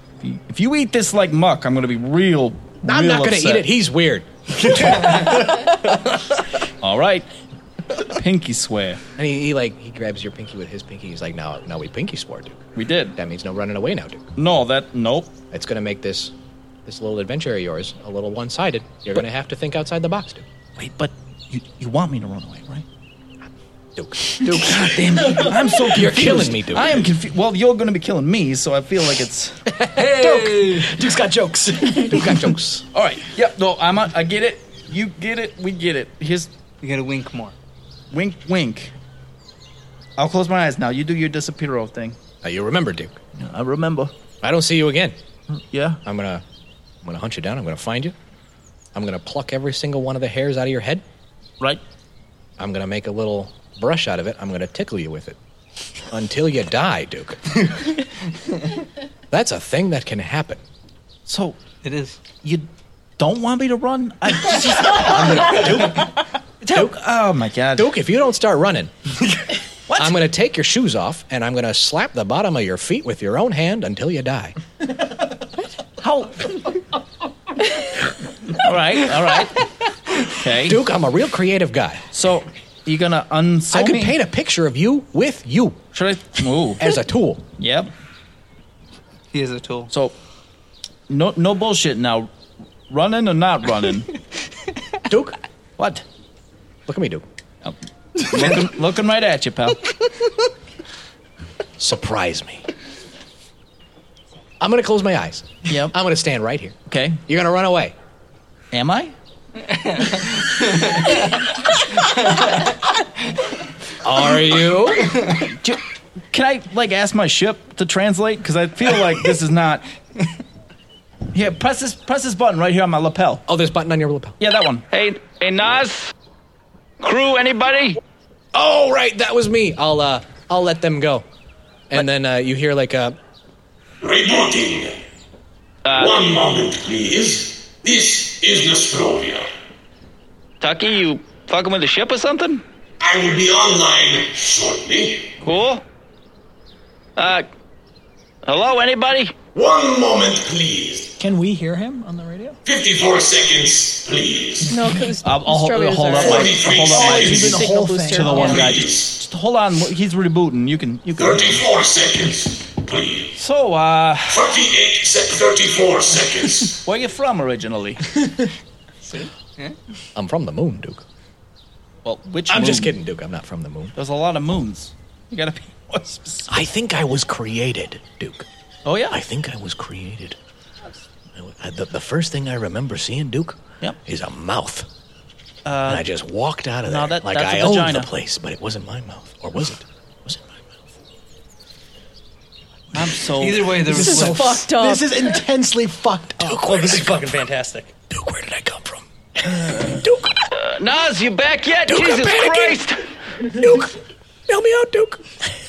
If you eat this like muck, I'm going to be real. I'm real not going to upset. eat it. He's weird. All right. Pinky swear. And he, he like he grabs your pinky with his pinky. He's like, now, now we pinky swore, Duke. We did. That means no running away now, Duke. No, that. Nope. It's going to make this this little adventure of yours a little one-sided. You're going to have to think outside the box, Duke. Wait, but you, you want me to run away, right? Duke. Duke, damn it. I'm so confused. You're killing me, Duke. I am confused. Well, you're going to be killing me, so I feel like it's. Duke. Duke's got jokes. Duke got jokes. All right. Yep. No, I'm. A, I get it. You get it. We get it. Here's. You gotta wink more. Wink, wink. I'll close my eyes now. You do your disappearo thing. Now you remember, Duke. I remember. I don't see you again. Yeah. I'm gonna I'm gonna hunt you down. I'm gonna find you. I'm gonna pluck every single one of the hairs out of your head. Right. I'm gonna make a little brush out of it. I'm gonna tickle you with it until you die, Duke. That's a thing that can happen. So It is. you don't want me to run? I just, Duke, Oh my god. Duke, if you don't start running, I'm gonna take your shoes off and I'm gonna slap the bottom of your feet with your own hand until you die. How? all right. All right. Okay. Duke, I'm a real creative guy. So you gonna unsew I could me? paint a picture of you with you Should I? Ooh. as a tool. yep. He is a tool. So no no bullshit now. Running or not running? Duke, what? look at me, Duke. Looking, looking right Um, at you, pal. Surprise me. I'm gonna close my eyes. Yep. I'm gonna stand right here. Okay. You're gonna run away. Am I? Are you? Ju- Can I like ask my ship to translate? Because I feel like this is not. Here, press this press this button right here on my lapel. oh, there's a button on your lapel. Yeah, that one. Hey, hey, Nas? Crew, anybody? Oh, right, that was me. I'll uh, I'll let them go. And then uh, you hear like a Reporting. Uh, One moment, please. This is Nostrovia. Tucky, you fucking with the ship or something? I will be online shortly. Cool. Uh, hello, anybody? One moment, please. Can we hear him on the radio? 54 seconds, please. No, because Um, I'll, I'll hold, hold up my 43 hold up my seconds. The whole thing. to the one guy. Please. Just hold on, he's rebooting. You can you can. 34 seconds, please. So, uh, 48 sec 34 seconds. where you from originally? I'm from the moon, Duke. Well, which? I'm just moon? kidding, Duke. I'm not from the moon. There's a lot of moons. You gotta be more specific. I think I was created, Duke. Oh yeah. I think I was created. I wa- I- the, the first thing I remember seeing, Duke, Yep. Uh, is a mouth. and I just walked out of no, there that- like that's a I owned vagina. the place, but it wasn't my mouth, or was it? Was it my mouth? I'm so. Either way, there This was is like, fucked up. This is intensely fucked up. Duke, where did I come? fucking fantastic. Duke, where did I come from? Duke, Uh, Nas, you back yet? Duke, I'm Jesus panicking. Christ! Duke, help me out, Duke.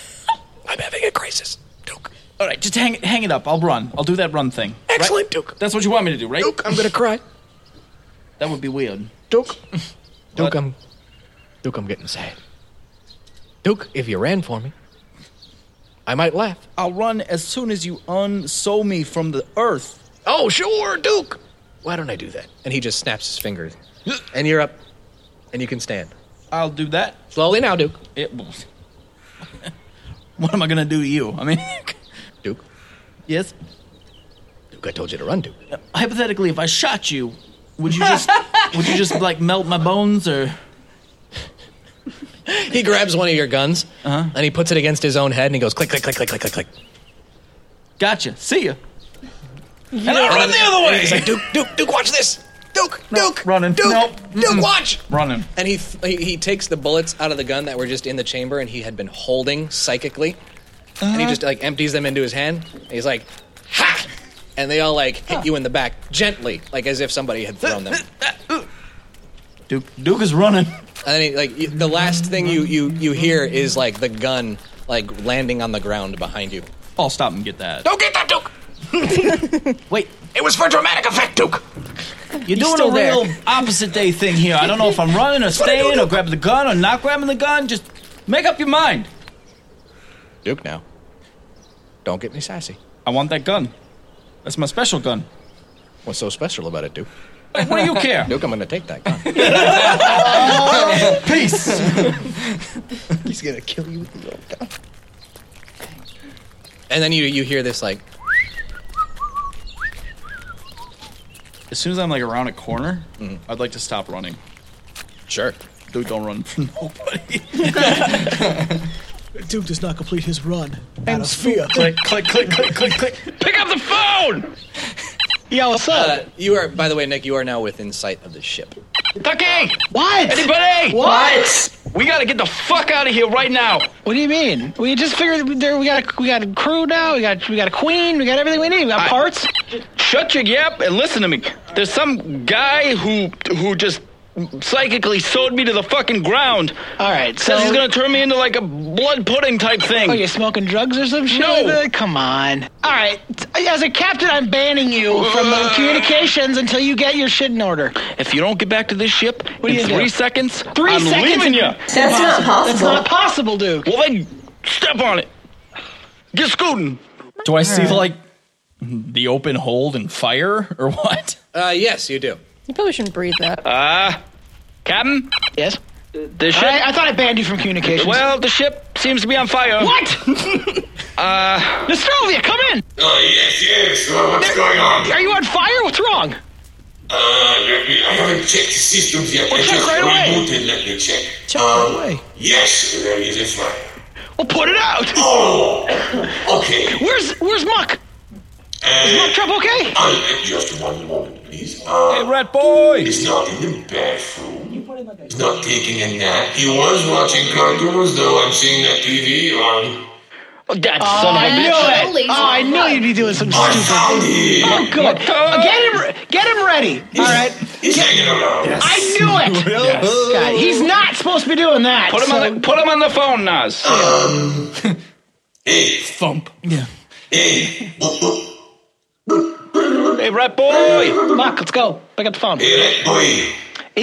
I'm having a crisis, Duke. All right, just hang it hang it up. I'll run. I'll do that run thing. Excellent, Duke. That's what you want me to do, right? Duke, I'm gonna cry. That would be weird. Duke. Duke, What? I'm. Duke, I'm getting sad. Duke, if you ran for me, I might laugh. I'll run as soon as you unsew me from the earth. Oh, sure, Duke. Why don't I do that? And he just snaps his fingers. and you're up. And you can stand. I'll do that. Slowly now, Duke. It, what am I going to do to you? I mean, Duke. Yes? Uh, Duke, I told you to run, Duke. Hypothetically, if I shot you, would you just would you just like melt my bones or he grabs one of your guns Uh-huh. and he puts it against his own head and he goes click click click click click click click. Gotcha. See ya. And I run the other And way. he's like, Duke, Duke, Duke, watch this. Duke, Duke, running. Duke, Nope. Duke, watch. Running. And he, th- he he takes the bullets out of the gun that were just in the chamber and he had been holding psychically, and he just like empties them into his hand. And he's like, ha! And they all like hit you in the back gently, like as if somebody had thrown them. Duke Duke is running. And then he, like you- the last thing you you you hear is like the gun like landing on the ground behind you. I'll stop and get that. Don't get that, Duke. Wait, it was for dramatic effect, Duke. You're He's doing still a real opposite day thing here. I don't know if I'm running or That's what I staying do. or grabbing the gun or not grabbing the gun. Just make up your mind. Duke now. Don't get me sassy. I want that gun. That's my special gun. What's so special about it, Duke? What do you care? Duke, I'm going to take that gun. Oh! Peace. He's gonna kill you with the old gun. And then you you hear this like As soon as I'm like around a corner, I'd like to stop running. Sure. Dude, don't run from nobody. Duke does not complete his run out of fear. click, click, click, click, click, click. Pick up the phone. Yo, what's up? Uh, you are by the way, Nick, you are now within sight of the ship. Ducky! What? Anybody? What? We gotta get the fuck out of here right now. What do you mean? We just figured there we got a, we got a crew now. We got we got a queen. We got everything we need. We got parts. Shut your yap and listen to me. There's some guy who who just psychically sewed me to the fucking ground. All right, Says so- he's gonna turn me into like a blood pudding type thing. Oh, you're smoking drugs or some shit? No. like that? Come on. All right. As a captain, I'm banning you from the communications until you get your shit in order. Uh. If you don't get back to this ship What are you in gonna three do? seconds, Three I'm seconds. leaving you. That's not possible, Duke. Well then, step on it. Get scooting. Do I see Alright. like the open hold and fire or what? Uh yes, you do. You probably shouldn't breathe that. Uh, Captain? Yes? The ship? All right, I thought I banned you from communications. Well, the ship seems to be on fire. What? Uh, Nostrovia, come in. Oh, yes, yes. Well, what's going on? Are you on fire? What's wrong? Uh, let me, I haven't checked the systems yet. I check just right away. rebooted. Let me check. Check Um, right away. Yes, there is a fire. Well, put it out. Oh, okay. Where's Where's Muck? Is Muck Trump okay? I, just one moment, please. Uh, hey, rat boy. He's not in the bathroom. He's not taking a nap. He was watching cartoons, though. I'm seeing that TV on. Oh, that Oh, son of a I bitch. knew it. Oh, I knew you'd be doing some stupid. Oh, good. Get him, re- get him ready. All right. He's hanging around. I knew it. God, he's not supposed to be doing that. Put him so- on the put him on the phone, Nas. Thump. Hey, rat boy. Muck, let's go. Pick up the phone. Is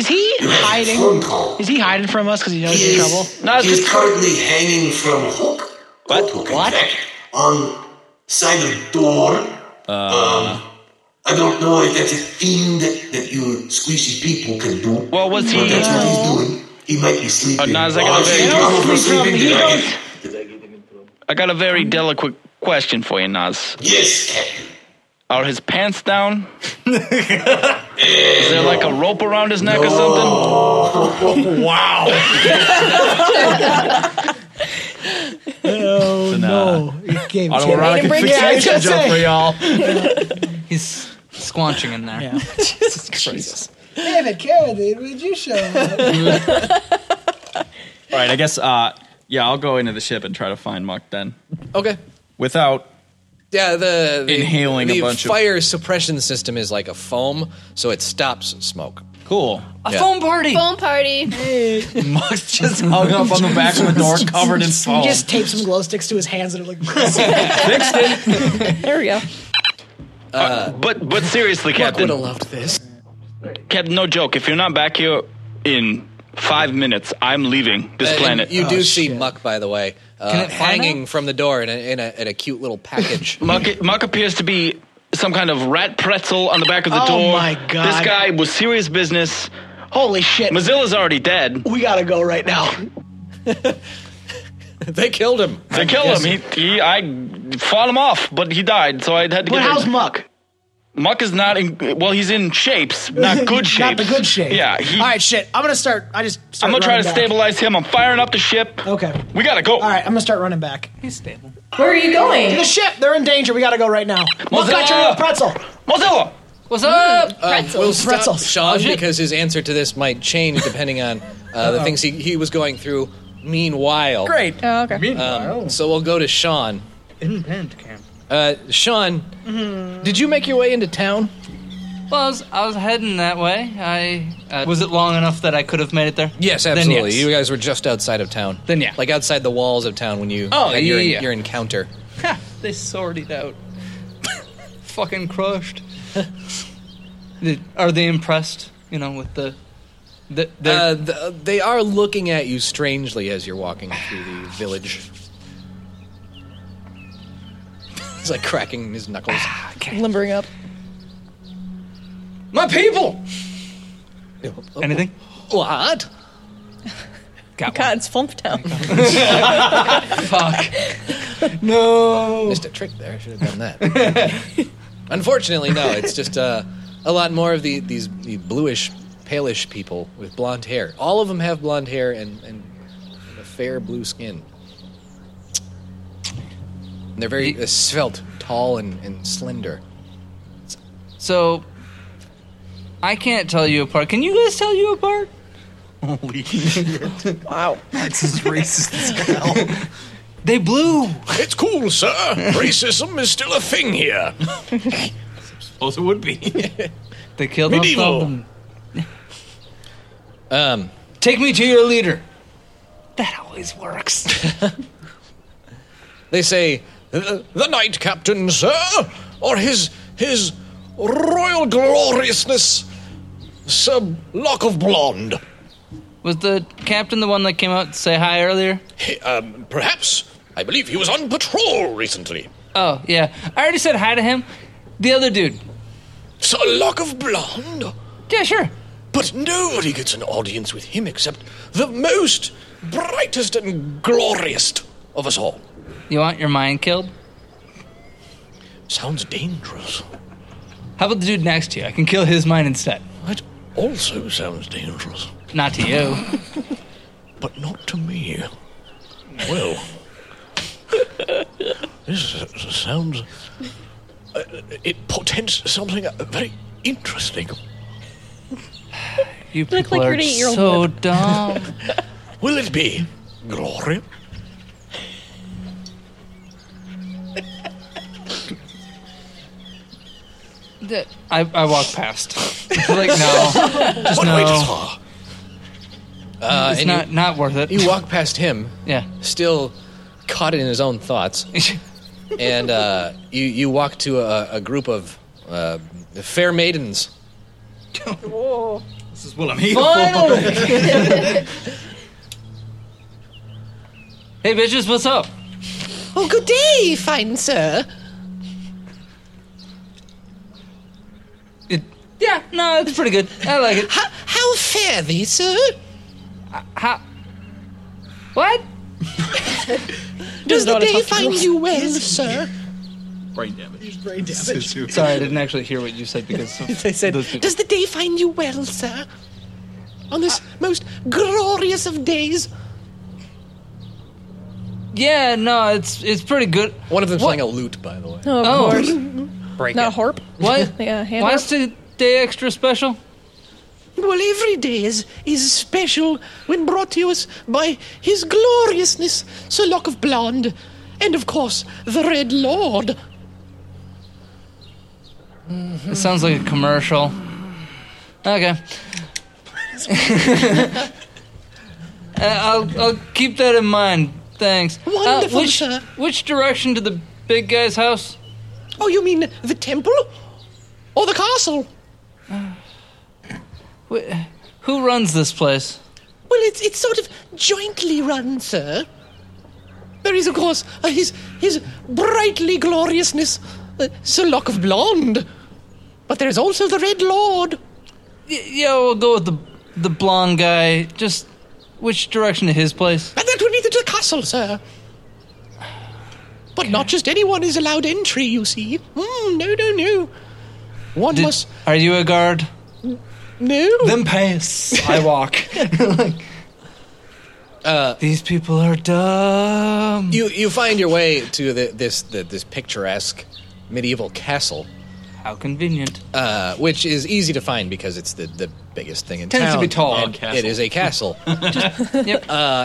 he hiding? Is he hiding from us because he knows he's in trouble? Nas, He's just currently hanging from a hook. What? Hook, in What? fact, on side of door. Uh. um, I don't know if that's a thing that, that you squishy people can do. Well, was But he- that's what he's doing. He might be sleeping. Nas, I Oh, got a I'm very- in Don't trouble for sleep on sleeping me. tonight. Don't- I got a very delicate question for you, Nas. Yes, Captain. Are his pants down? Is there like a rope around his neck or something? wow. Oh uh, no! It gave I don't want Veronica fixation jump for y'all. He's squanching in there. Jesus Christ! David Carradine, would you show? All right, I guess. Uh, yeah, I'll go into the ship and try to find Muck then, Okay. without Yeah, the, the Inhaling a the bunch of- fire suppression system is like a foam, so it stops smoke. Cool. A Yeah. phone party. Phone party. Hey. Muck's just hung up on the back of a door covered in foam. He just taped some glow sticks to his hands and are like. Fixed it. There we go. Uh, but but seriously, Captain. Would have loved this. Captain, no joke. If you're not back here in five minutes, I'm leaving this Uh, and planet. Oh, You do see Muck, by the way, Can uh, it fly hanging from the door in a, in a in a cute little package. Muck, Muck appears to be some kind of rat pretzel on the back of the Oh door. my God. This guy was serious business. Holy shit. Mozilla's already dead. We gotta go right now. they killed him. They killed him. He, he, I fought him off, but he died, so I had to But get how's him. Muck? Muck is not in. Well, he's in shapes, not good Not shapes. the good shape. Yeah. he- All right, shit. I'm gonna start. I just. I'm Start gonna try to running back. stabilize him. I'm firing up the ship. Okay. We gotta go. All right, I'm gonna start running back. He's stable. Where are you going? To the ship. They're in danger. We gotta go right now. Muck got your Mozilla! little pretzel. Mozilla. What's Uh, we'll stop Oh, Sean because his answer to this might change depending on uh, the Uh-oh. things he, he was going through. Meanwhile, Great. Oh, okay. Um, so we'll go to Sean. Um, Independent camp. Uh, Sean, Mm-hmm. did you make your way into town? Well, I was, I was heading that way. I uh, was it long enough that I could have made it there? Yes, Then absolutely. yes. You guys were just outside of town. Then yeah, like outside the walls of town when you Oh, had your, yeah, yeah. your encounter. Ha, they sorted out. Fucking crushed. Did- Are they impressed? You know, with the the, the Uh, th- they are looking at you strangely as you're walking through the village. He's like cracking his knuckles. Limbering up. my people. Anything? What? Got God, it's Flumptown. Fuck. no. Missed a trick there. I should have done that. Unfortunately, no. It's just uh, a lot more of the these the bluish, palish people with blonde hair. All of them have blonde hair and, and a fair blue skin. And they're very uh, svelte, tall, and, and slender. So I can't tell you apart. Can you guys tell you apart? Holy shit. wow. That's as racist as hell. They blew. It's cool, sir. Racism is still a thing here. Suppose it would be. they killed off Medieval. Solomon. Um Take me to your leader. That always works. They say, The, the knight captain, sir, or his his royal gloriousness, Sir Lock of Blonde. Was the captain the one that came out to say hi earlier? He, um, perhaps I believe he was on patrol recently. Oh, yeah. I already said hi to him. The other dude. Sir Lock of Blonde. Yeah, sure. But nobody gets an audience with him except the most brightest and glorious of us all. You want your mind killed? Sounds dangerous. How about the dude next to you? I can kill his mind instead. That also sounds dangerous. Not to you. but not to me. Well, this s- sounds. Uh, it portends something uh, very interesting. You look people like you're are gonna eat your own so lip. dumb. Will it be glory? The- I, I walk past. like, no. Just But no. wait a small. Uh, it's and not, you- not worth it. You walk past him. Yeah. Still caught in his own thoughts. and uh, you, you walk to a, a group of uh, fair maidens. This is what I'm Finally! hey, bitches, what's up? Oh, good day, fine sir. Yeah, no, it's pretty good. I like it. Uh, How, how fare thee, sir? How? What? Does the Not a day tough find roll. you well, sir? Brain damage. Brain Sorry, I didn't actually hear what you said because of they said. those people. Does the day find you well, sir? On this Ah. most glorious of days. Yeah, no, it's it's pretty good. One of them's playing a lute, by the way. No, of Oh. course. Break Not Horp. What? yeah, hand Why up. is today extra special? Well, every day is, is special when brought to us by His Gloriousness, Sir Lock of Blonde, and of course, the Red Lord. It sounds like a commercial. Okay. Uh, I'll, I'll keep that in mind. Thanks. Uh, Wonderful, which, sir. Which direction to the big guy's house? Oh, you mean the temple? Or the castle? Wh- Who runs this place? Well, it's it's sort of jointly run, sir. There is, of course, uh, his his brightly gloriousness, uh, Sir Lock of Blonde. But there's also the Red Lord. Y- yeah, we'll go with the the blonde guy. Just which direction to his place? And that would be to the castle, sir. But not just anyone is allowed entry, you see. Mm, no, no, no. One Did- must. Are you a guard? No. Then pass. I walk. Uh, These people are dumb. You you find your way to the, this the, this picturesque medieval castle. How convenient! Uh, which is easy to find because it's the, the biggest thing in Tends to town. be tall. and Castle. It is a castle. uh,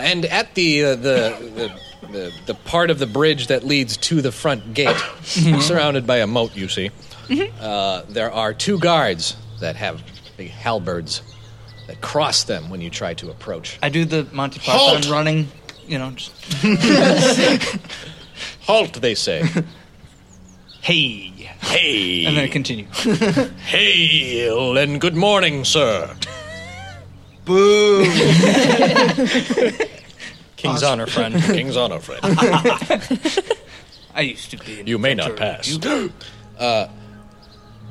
and at the, uh, the, the the the part of the bridge that leads to the front gate, surrounded by a moat, you see. Mm-hmm. Uh, there are two guards that have big halberds that cross them when you try to approach. I do the Monty Halt! Python running. You know, just Halt, they say. hey, hey, and then continue. hail and good morning, sir. Boo! King's honor, friend. King's honor, friend. I used to be. You may not pass. Uh,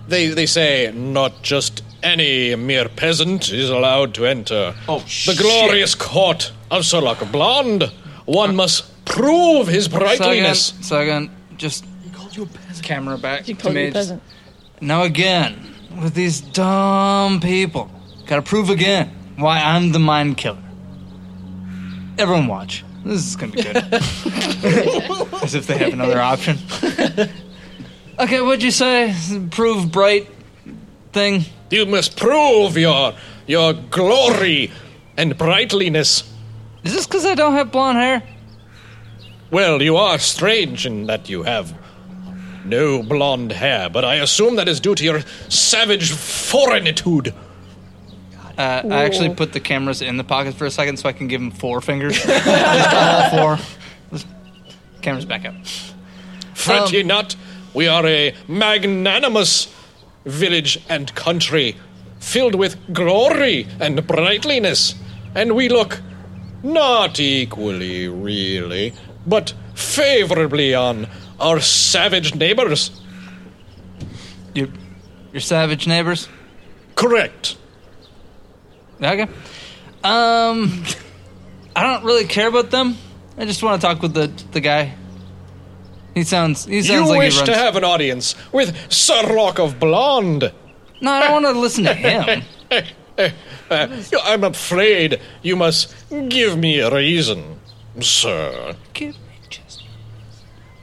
they they say not just any mere peasant is allowed to enter. Oh, the glorious court of Sir Lock Blonde. One Uh, must prove his brightliness. Second, second, just camera back He to called you me. a Just- peasant. Now again, with these dumb people, gotta prove again why I'm the mind killer. Everyone, watch. This is gonna be good. As if they have another option. okay, what'd you say? Prove bright thing. You must prove your your glory and brightliness. Is this because I don't have blonde hair? Well, you are strange in that you have no blonde hair, but I assume that is due to your savage foreignitude. Uh, I actually Whoa. put the cameras in the pockets for a second so I can give him four fingers. Just all four. Just- Cameras back up. Fret ye not, we are a magnanimous village and country, filled with glory and brightliness, and we look not equally, really, but favorably on our savage neighbors. Your, your savage neighbors? Correct. Okay. Um, I don't really care about them. I just want to talk with the the guy. He sounds he You sounds like wish he runs. to have an audience with Sir Rock of Blonde. Uh, No, I don't want to listen to him. I'm afraid you must give me a reason, sir.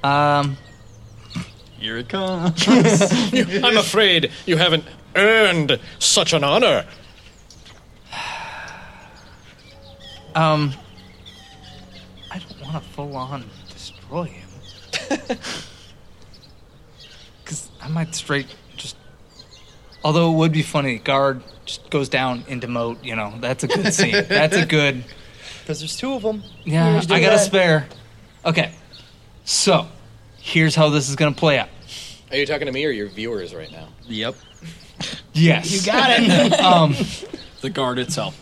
Um, Here it comes. I'm afraid you haven't earned such an honor. Um, I don't want to full on destroy him. Because I might straight just. Although it would be funny, guard just goes down into moat. You know, that's a good scene. that's a good. Because there's two of them. Yeah, I got a spare. Okay, so here's how this is gonna play out. Are you talking to me or your viewers right now? Yep. Yes, You got it. um, The guard itself.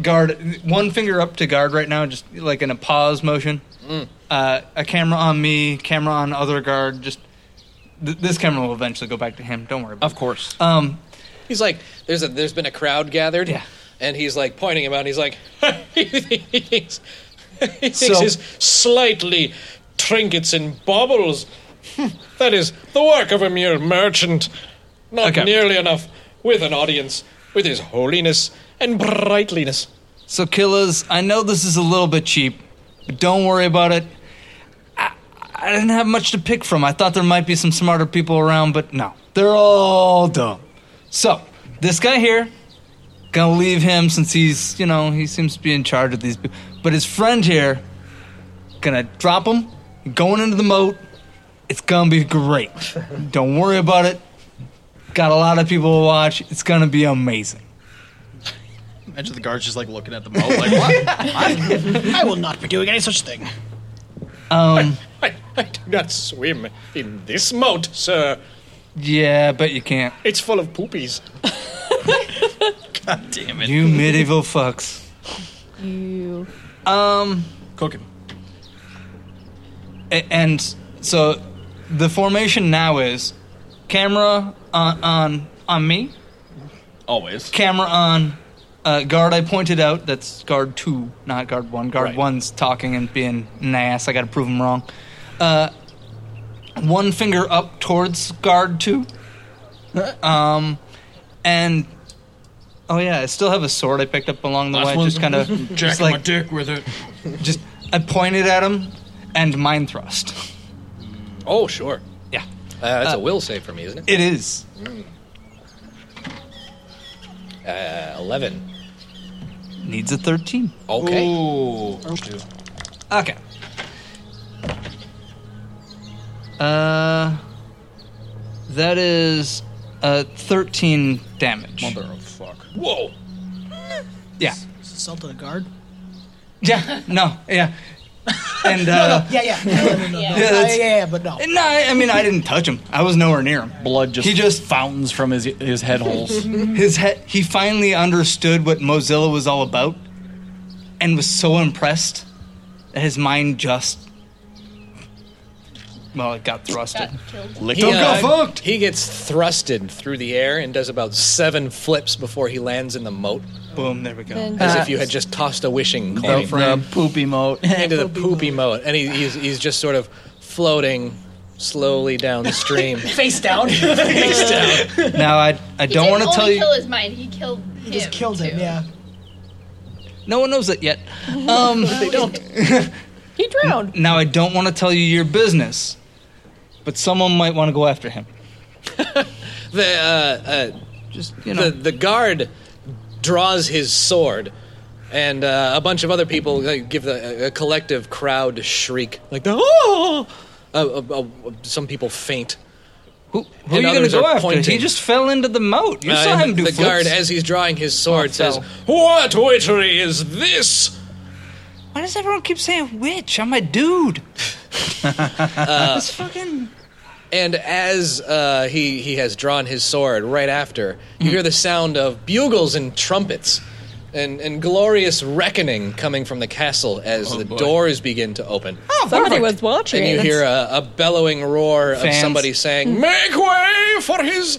guard one finger up to guard right now, just like in a pause motion. Uh, a camera on me, camera on other guard. Just th- this camera will eventually go back to him. Don't worry. about Of course. Um, He's like, there's a there's been a crowd gathered, and he's like pointing him out. And he's like, he thinks, he thinks So- his slightly trinkets and baubles. that is the work of a mere merchant, not Okay. nearly enough with an audience, with his holiness and brightliness. So, killers, I know this is a little bit cheap, but don't worry about it. I, I didn't have much to pick from. I thought there might be some smarter people around, but no. They're all dumb. So, this guy here, gonna leave him since he's, you know, he seems to be in charge of these people. But his friend here, gonna drop him, going into the moat. It's gonna be great. don't worry about it. Got a lot of people to watch. It's gonna be amazing. Imagine the guards just like looking at the moat, like what? I, I will not be doing any such thing. Um. I do not swim in this moat, sir. Yeah, but you can't. It's full of poopies. God damn it. You medieval fucks. You. Um. Cooking. And so the formation now is camera on on, on me. Always. Camera on uh, guard. I pointed out that's guard two, not guard one. Guard one's talking and being an ass. I got to prove him wrong. Uh, one finger up towards guard two. Um, and oh yeah, I still have a sword I picked up along the Last way. one's Just kind of jacking just my like dick with it. just I pointed at him and mind thrust. Oh, sure. Yeah. Uh, that's a Uh, will save for me, isn't it? It is. Uh, 11. Needs a 13. Okay. Okay. Uh, that is uh 13 damage. Mother of fuck. Whoa. Yeah. Assault of the guard. Yeah. No. Yeah. And No, uh, no, yeah, yeah, no, no, no, no. Yeah, yeah, that's- yeah, yeah, but no. No, I I mean I didn't touch him. I was nowhere near him. Blood just he just fountains from his his head holes. his head. He finally understood what Mozilla was all about, and was so impressed that his mind just well, it got thrusted. He, uh, He gets thrusted through the air and does about seven flips before he lands in the moat. Boom, there we go. As Then- if you had just tossed a wishing The coin frame. poopy moat. into the poopy moat. And he, he's, he's just sort of floating slowly downstream. Face down. Face down. Now I I He don't didn't want to only tell you. Kill his mind. He killed. He just killed him. Yeah. No one knows it yet. Um, They don't. He drowned. Now I don't want to tell you your business, but someone might want to go after him. The uh, uh, just the, the guard draws his sword, and uh, a bunch of other people like, give the, a collective crowd shriek like the oh. Uh, uh, uh, some people faint. Who, Who are Uh, you going to go after? He just fell into the moat. You saw him do Uh, the flips. guard as he's drawing his sword Oh, says, fell. "What witchery is this?" Why does everyone keep saying witch? I'm a dude. Uh, It's fucking. And as uh, he he has drawn his sword, right after you hear the sound of bugles and trumpets, and and glorious reckoning coming from the castle as the doors begin to open. Oh, Somebody was watching. And you hear a, a bellowing roar of Fans. somebody saying, Make way for his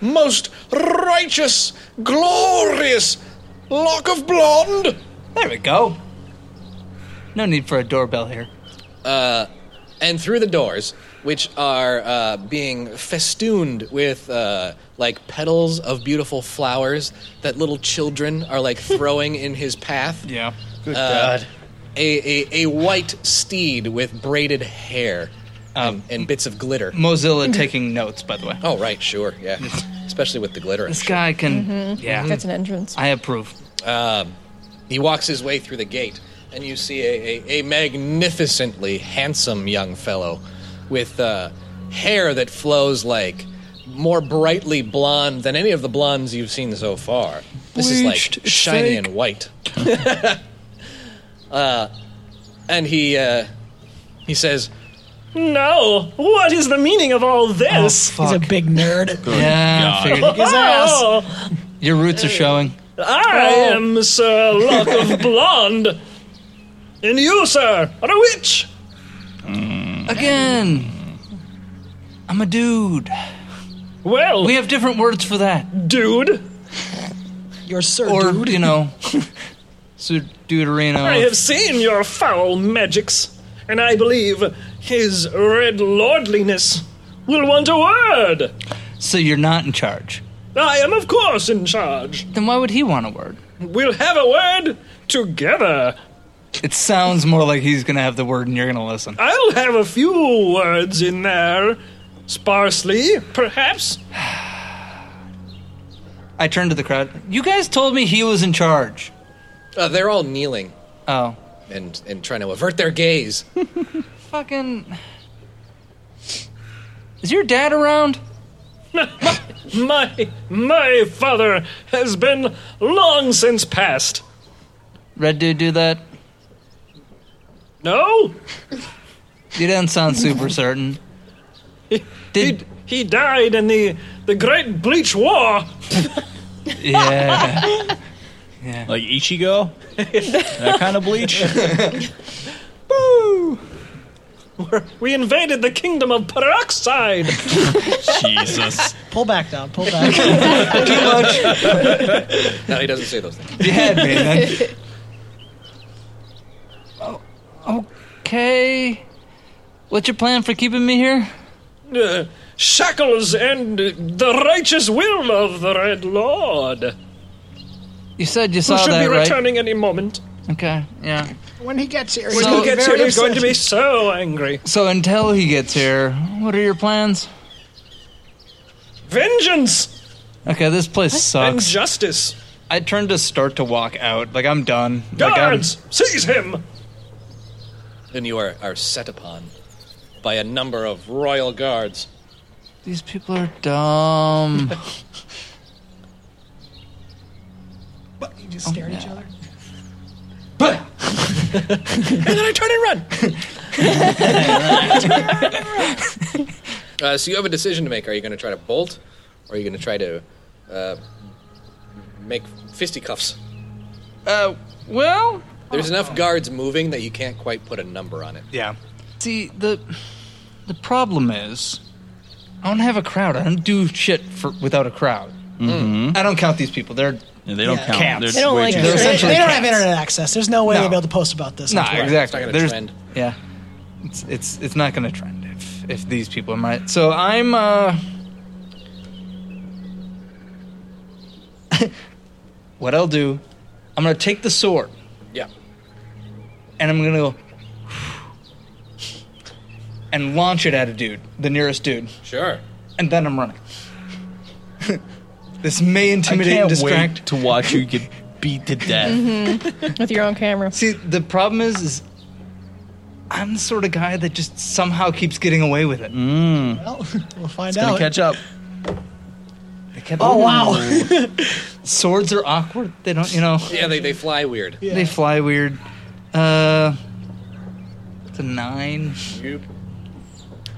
most righteous, glorious lock of blonde. There we go. No need for a doorbell here. uh, and through the doors, which are uh, being festooned with uh, like petals of beautiful flowers that little children are like throwing in his path. Yeah. Good God. A, a, a white steed with braided hair and, and bits of glitter. Um, Mozilla taking notes, by the way. Oh, right, sure, yeah. Especially with the glitter. This guy can. Mhm. Yeah. That's an Mm-hmm. entrance. I approve. Um, he walks his way through the gate, and you see a, a, a magnificently handsome young fellow with uh, hair that flows like more brightly blonde than any of the blondes you've seen so far. This Bleached, is like it's shiny fake. and white. uh, and he uh, he says, No, what is the meaning of all this? Oh, He's a big nerd. Yeah, I figured. His ass. Your roots are showing. Oh, I Oh. am Sir Lock of Blonde, and you, sir, are a witch. Hmm. Again. I'm a dude. Well, we have different words for that. Dude. You're sir or, you know, Deuterino. I have seen your foul magics, and I believe his red lordliness will want a word. So you're not in charge. I am, of course, in charge. Then why would he want a word? We'll have a word together. It sounds more like he's going to have the word and you're going to listen. I'll have a few words in there. Sparsely, perhaps. I turned to the crowd. You guys told me he was in charge. uh, they're all kneeling Oh. and, and trying to avert their gaze. Fucking. Is your dad around? my, my father has been long since passed. Red dude do that? No? You don't sound super certain. Did. He died in the, the Great Bleach War. Yeah. Like Ichigo? that kind of bleach? Boo! war. We invaded the kingdom of peroxide. Jesus. Pull back, Dom. Pull back. no, he doesn't say those things. You had me, man. Okay. What's your plan for keeping me here? Uh, shackles and the righteous will of the Red Lord. You said you saw Who should that, be right? returning any moment. Okay, yeah. When he gets here, When he gets here, he's going to be so angry. So until he gets here, what are your plans? Vengeance. Okay, this place sucks. And justice. I turn to start to walk out. Like I'm done. Like, I'm- Guards, seize him! Then you are, are set upon by a number of royal guards. These people are dumb. What, you Oh, just stare at each other? and then I turn and run. Uh, so you have a decision to make. Are you going to try to bolt, or are you going to try to uh, make fisticuffs? Uh, well, there's enough guards moving that you can't quite put a number on it. Yeah. See, the the problem is I don't have a crowd. I don't do shit for, without a crowd. Mhm. I don't count these people. They're they don't count. Cats. They're They don't way like. too- They, They're essentially they don't have cats. internet access. There's no way No. they'll be able to post about this. No, on Twitter. exactly. There's, Yeah, it's it's it's not going to trend if if these people am right. So I'm. uh What I'll do, I'm going to take the sword Yeah. and I'm going to go and launch it at a dude, the nearest dude, Sure. and then I'm running. this may intimidate I and can't distract. wait to watch you get beat to death. Mm-hmm. With your own camera. See, the problem is, is I'm the sort of guy that just somehow keeps getting away with it. Mm. Well, we'll find It's out. gonna catch up. Oh, wow. Swords are awkward. They don't, you know. Yeah, they, they fly weird. They fly weird. Uh, it's a nine.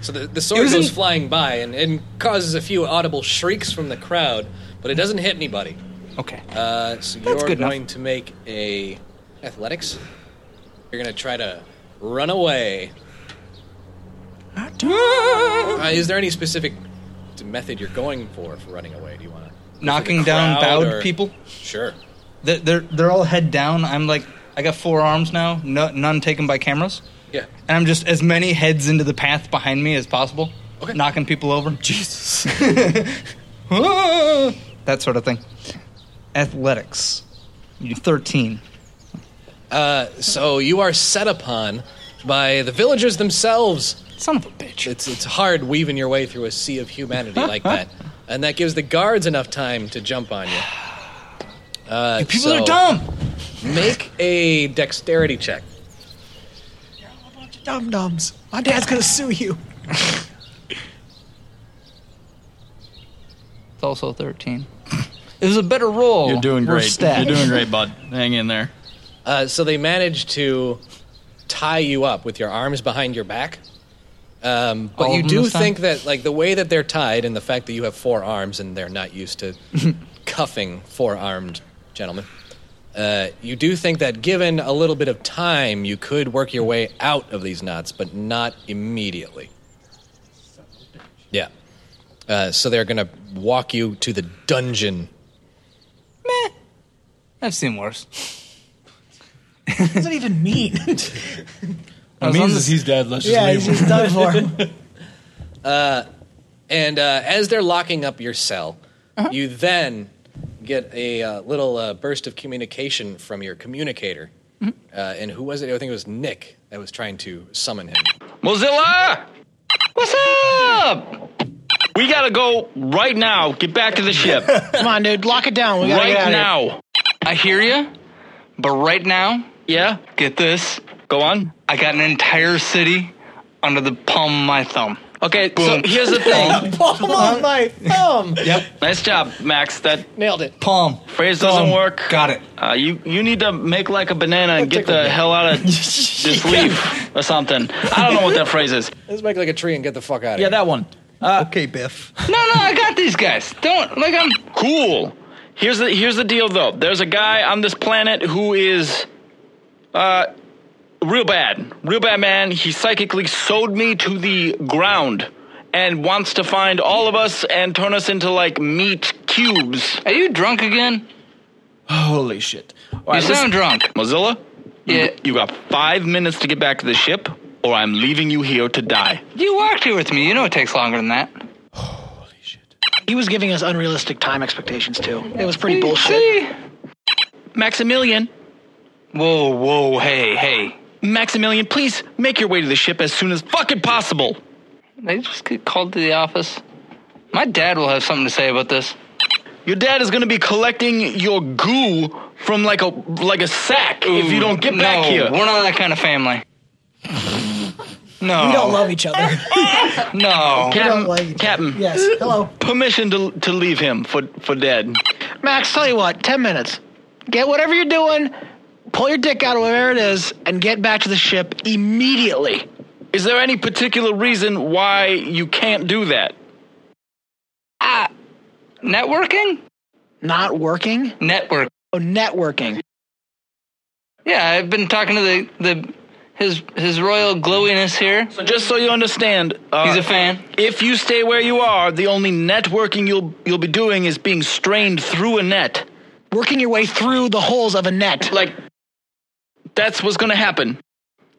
So the, the sword goes flying by and, and causes a few audible shrieks from the crowd, but it doesn't hit anybody. Okay. Uh, so That's you're good enough. going to make a athletics. You're going to try to run away. Uh, is there any specific method you're going for for running away? Do you want to Knocking down bowed people. Sure. They're, they're they're all head down. I'm like I got four arms now, no, none taken by cameras, Yeah. and I'm just as many heads into the path behind me as possible, knocking people over. Jesus. Ah! that sort of thing. Athletics. You- Thirteen. Uh, so you are set upon by the villagers themselves. Son of a bitch. It's it's hard weaving your way through a sea of humanity like that, and that gives the guards enough time to jump on you. Uh, people so are dumb. Make a dexterity check. Dum dums. My dad's gonna sue you. It's also thirteen. It was a better roll. You're doing We're great. stacked. You're doing great, bud. Hang in there. Uh, so they manage to tie you up with your arms behind your back. Um, but All you of them do this time? think that, like, the way that they're tied and the fact that you have four arms and they're not used to cuffing four armed gentlemen, uh, you do think that given a little bit of time, you could work your way out of these knots, but not immediately. Yeah. Uh, so they're going to walk you to the dungeon. I've seen worse. What does that even mean? I was on the- he's dead. Let's yeah, he's, just leave he's him. done for. Uh, and uh, as they're locking up your cell, you then get a uh, little uh, burst of communication from your communicator. Uh, and who was it? I think it was Nick that was trying to summon him. Mozilla! What's up? We gotta go right now. Get back to the ship. Come on, dude. Lock it down. We gotta get right out Of now. Oh. I hear you, but right now, yeah. Get this. Go on. I got an entire city under the palm of my thumb. Okay, so Boom. here's the thing. Palm on my thumb. yep. Nice job, Max. That nailed it. Palm. Phrase doesn't work. Got it. Uh, you you need to make like a banana and get the hell out of this leaf or something. I don't know what that phrase is. Let's make like a tree and get the fuck out of Yeah, here. that one. okay, Biff. No, no, I got these guys. Don't like I'm cool. Here's the here's the deal though. There's a guy on this planet who is uh real bad, real bad man. He psychically sewed me to the ground and wants to find all of us and turn us into like meat cubes. Are you drunk again? Holy shit. right, you sound listen- drunk. Mozilla? Yeah. You got five minutes to get back to the ship, or I'm leaving you here to die. You walked here with me. You know it takes longer than that. He was giving us unrealistic time expectations too. It was pretty See- bullshit. see? Maximilian. Whoa, whoa, hey, hey. Maximilian, please make your way to the ship as soon as fucking possible. They just get called to the office. My dad will have something to say about this. Your dad is gonna be collecting your goo from like a like a sack if you don't get Ooh, no, back here. We're not that kind of family. No. We don't love each other. No. We Captain, don't like each Captain. Yes. Hello. Permission to to leave him for for dead. Max, tell you what, 10 minutes. Get whatever you're doing, pull your dick out of where it is, and get back to the ship immediately. Is there any particular reason why you can't do that? Networking? Not working? Network. Oh, networking. Yeah, I've been talking to the the his his royal glowiness here. So just so you understand, uh, He's a fan. If you stay where you are, the only networking you'll you'll be doing is being strained through a net. Working your way through the holes of a net. Like that's what's gonna happen.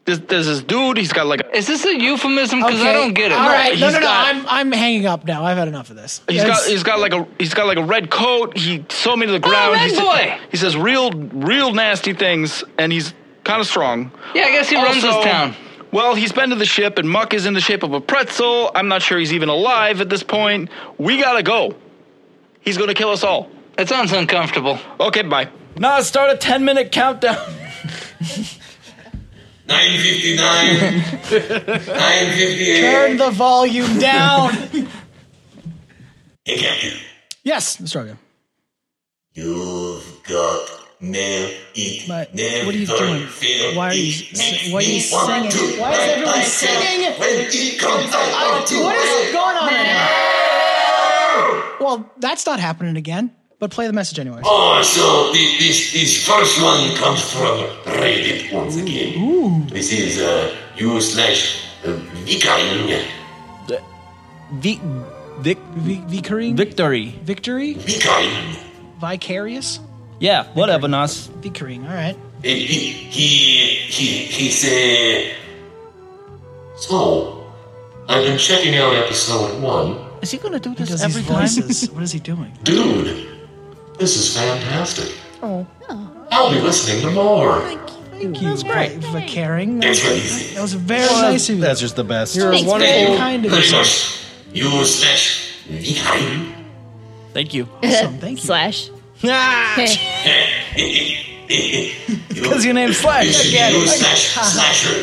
There's, there's this dude. He's got like. A, Is this a euphemism? Because Okay, I don't get it. All right. No, He's no, no. got- I'm, I'm hanging up now. I've had enough of this. He's got he's got like a he's got like a red coat. He sewed me to the ground. red he, sa- boy! he says real real nasty things, and he's kind of strong. Yeah, I guess he runs Also, this town. Well, he's been to the ship, and Muck is in the shape of a pretzel. I'm not sure he's even alive at this point. We gotta go. He's gonna kill us all. That sounds uncomfortable. Okay, bye. Nah, start a 10 minute countdown. 959. 958. Turn the volume down. Hey, Captain. yes, Nostrovia. You've got mail. Eat. But never what are you doing? Fail. Why are you Eat. si- Make why are you me want singing? to Why is write everyone myself. singing? When it comes, I want to. What is write going on? in myself. there? Well, that's not happening again. But play the message anyways. Oh, so thi- this, this first one comes from Reddit once again. This is uh, u slash uh, Vikarin. Vic, Vic, Vicaring? Victory. Victory? Vikarin. Vicarious? Yeah, whatever, Nas. Vicaring. All right. He, he, he, he said, So, I've been checking out episode one. Is he gonna do this does every these time? voices. what is he doing? Dude, this is fantastic. Oh. I'll be listening to more. Thank you. That's great. For caring. That That's what he was, said. that was very Well, nice of you. That's just the best. You're a Thanks, wonderful man. kind of Very person. much. You slash Vikarin. Thank you. Awesome. Thank you. Slash. Because your name's Slash. Again. You slash slasher.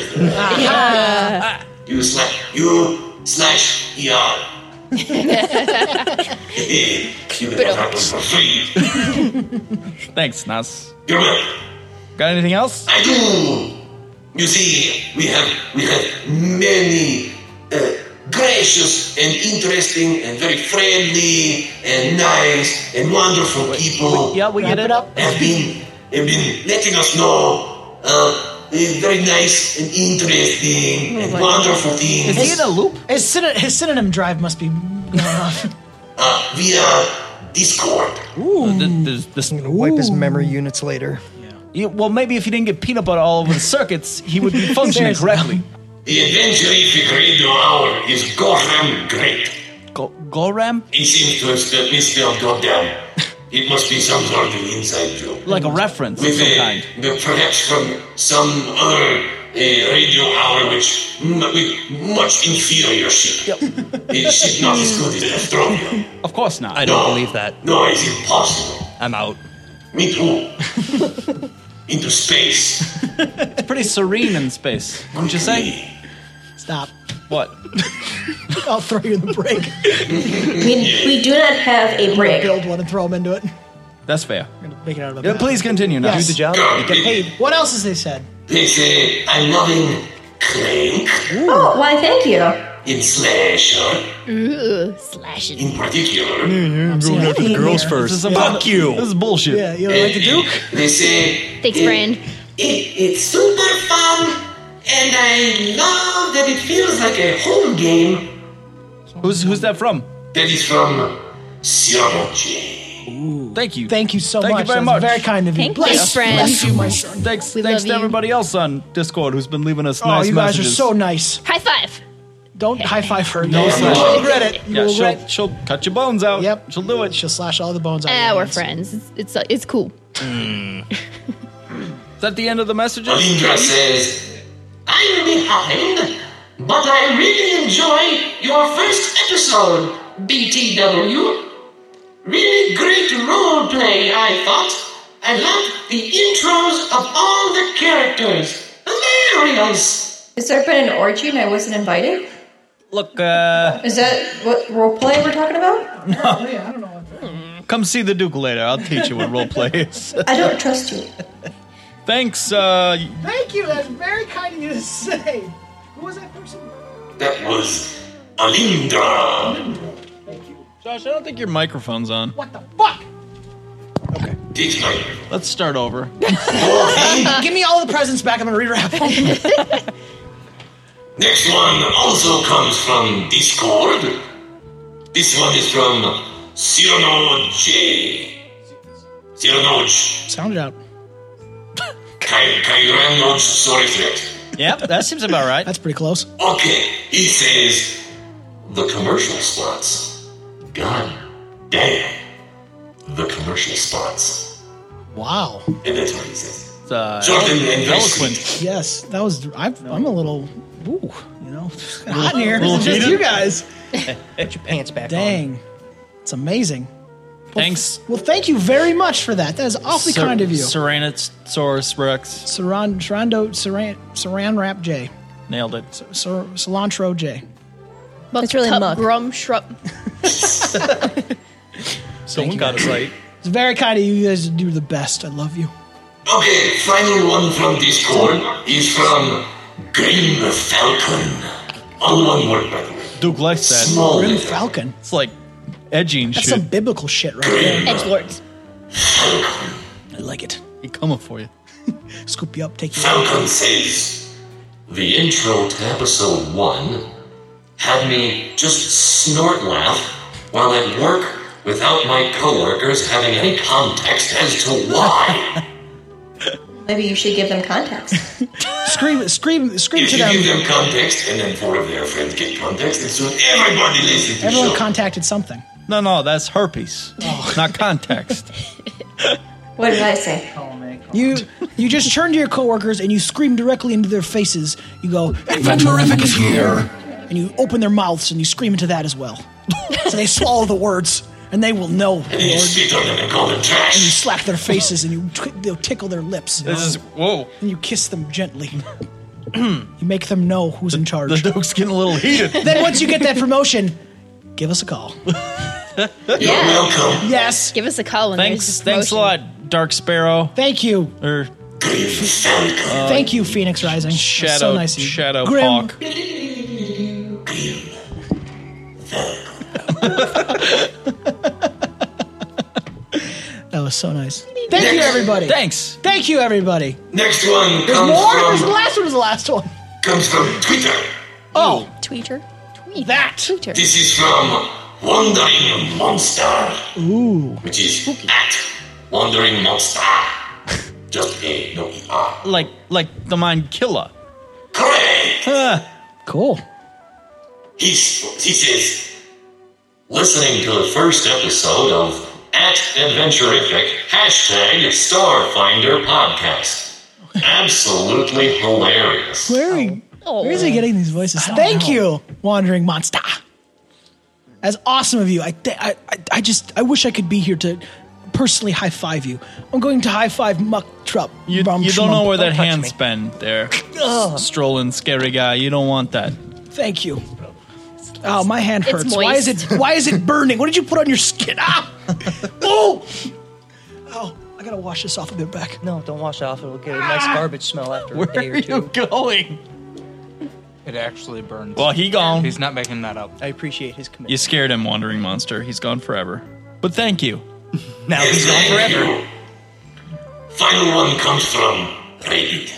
You slash you slash ER. you can have that one for free. Thanks, Nas. You're welcome. Got anything else? I do. You see, we have we have many uh, gracious and interesting and very friendly and nice and wonderful people. Yeah, we get it up. Have been have been letting us know uh, uh, very nice and Oh interesting and wonderful things. a loop? His, syn- his synonym drive must be going off. uh, via Discord. Ooh. This, this, Wipe his memory units later. Yeah, well, maybe if he didn't get peanut butter all over the circuits, he would be functioning Seriously. correctly. The Adventure Epic Radio Hour is Gotham Great. Go- Goram? It seems to have spelled, misspelled Goddamn. It must be some sort of inside joke. Like a reference of With some a, kind. the- perhaps from some other uh, radio hour which m- with much inferior ship. It should not as good as Astrovia. Of course not. I don't believe that. No, it's impossible. I'm out. Me too. Into space. It's pretty serene in space, wouldn't you say? Stop. What? I'll throw you in the break. We, we do not have a break. Build one and throw him into it. That's fair. Make it out of the Yeah, please continue now. Yes. Do the job. You get paid. What else has they said? They say I'm loving Clank Oh, why thank you. in Slasher. Ooh, slashing. In particular, I'm going seeing after the nothing girls here. first. This is Fuck you. This is bullshit. Yeah, you know, like the Duke. They say Thanks, Brand. it, it's super fun Um, and I love that it feels like a home game. Who's who's that from? That is from Seattle J. Thank you. Thank you so Thank much. you very That's much. Very kind of you. Thank you, Bless- friend. bless you, my son. Thanks, We thanks love to you. everybody else on Discord who's been leaving us Oh, nice you guys messages. are so nice. High five. Don't high five her. No, you slash. will regret it. You Yeah, will regret she'll, she'll cut your bones out. Yep. She'll do it. She'll slash all the bones out. Ah, we're friends. It's it's, it's cool. Mm. Is that the end of the messages? Alindra says, I'm behind, but I really enjoy your first episode, BTW. Really great roleplay, I thought. I loved the intros of all the characters. Hilarious! Has there been an orgy and I wasn't invited? Look, uh, Is that what role play we're talking about? come see the Duke later. I'll teach you what roleplay is. I don't trust you. Thanks, uh, Thank you. That's very kind of you to say. Who was that person? That was Alindra. Josh. I don't think your microphone's on. What the fuck? Let's start over. Give me all the presents back. I'm gonna rewrap them. Next one also comes from Discord. This one is from Cyrano J. Cyrano J. Sound it out. Ky- Kyrano Soriflet. Yep, that seems about right. That's pretty close. Okay, he says the commercial spots. God damn. The commercial spots. Wow. And that's what he says. It's, uh, Jordan and Eloquent. Yes, that was. I've, I'm a little. Ooh, you know, hot in here. little It's just heated? you guys. Put your pants back Dang, it's amazing. Thanks. Well, thank you very much for that. That is awfully Ser- kind of you. Serenosaurus Rex. Saran, Sarando, Saran, Saran Wrap J. Nailed it. Sar, cilantro J. It's really muck. Grum shrub. Someone got it right. It's very kind of you. You guys do the best. I love you. Okay, final one from Discord is from Grim Falcon. All one word, by the way. Duke likes uh, that. Small Grim Falcon. It's like edgy and That's shit. some biblical shit right there. Edge lords. I like it. He coming for you. Scoop you up, take you Falcon out. says the intro to episode one had me just snort laugh while at work without my coworkers having any context as to why. Maybe you should give them context. Scream, scream, scream if to you give them them. context and then four of their friends get context, and soon everybody listens to the Everyone show. contacted something. No, no, that's herpes, Oh. not context. What did I say? You you just turn to your coworkers and you scream directly into their faces. You go, Adventurific is here. And you open their mouths and you scream into that as well. so they swallow the words and they will know. and then you Lord. spit on them and call them And you trash. slap their faces and you t- they'll tickle their lips. This is whoa. and you kiss them gently. you make them know who's in charge. The Duke's getting a little heated. then once you get that promotion, give us a call. You're welcome. Yes. Give us a call when Thanks, there's thanks a lot, Dark Sparrow. Er, Thank you. Or Thank you, Phoenix Rising. That's Shadow, so nice of you. Shadow Grim. Hawk. That was so nice. Thank you, everybody. Thanks. Thank you, everybody. Next one There's comes more? from There's the last one was the last one. comes from Twitter. Oh. Tweeter. Tweet. That. Tweeter. This is from Wandering Monster. Ooh. Which is at Wandering Monster. Just A, no E R. Like, like the mind killer. Correct! Huh. Cool. He's, he says, listening to the first episode of At Adventurific hashtag Starfinder podcast. Absolutely hilarious. Where, are he, where is he getting these voices? Thank you, Wandering Monster. That's awesome of you. I, th- I, I, I just, I wish I could be here to personally high five you. I'm going to high five Muck Trup. You, Brum you don't Schmump. know where that touch hand's me. been there. Ugh. S- Strolling scary guy. You don't want that. Thank you. Oh, my hand It's hurts. Why is it? moist. Why is it burning? What did you put on your skin? Ah! oh! Oh! I gotta wash this off a bit back. Ah! No, don't wash it off. It'll get a nice garbage smell after Where a day are or two. you going? It actually burns. Well, he gone. He's not making that up. I appreciate his commitment. You scared him, wandering monster. He's gone forever. But thank you. Now he's gone forever. Final one comes from Reddit.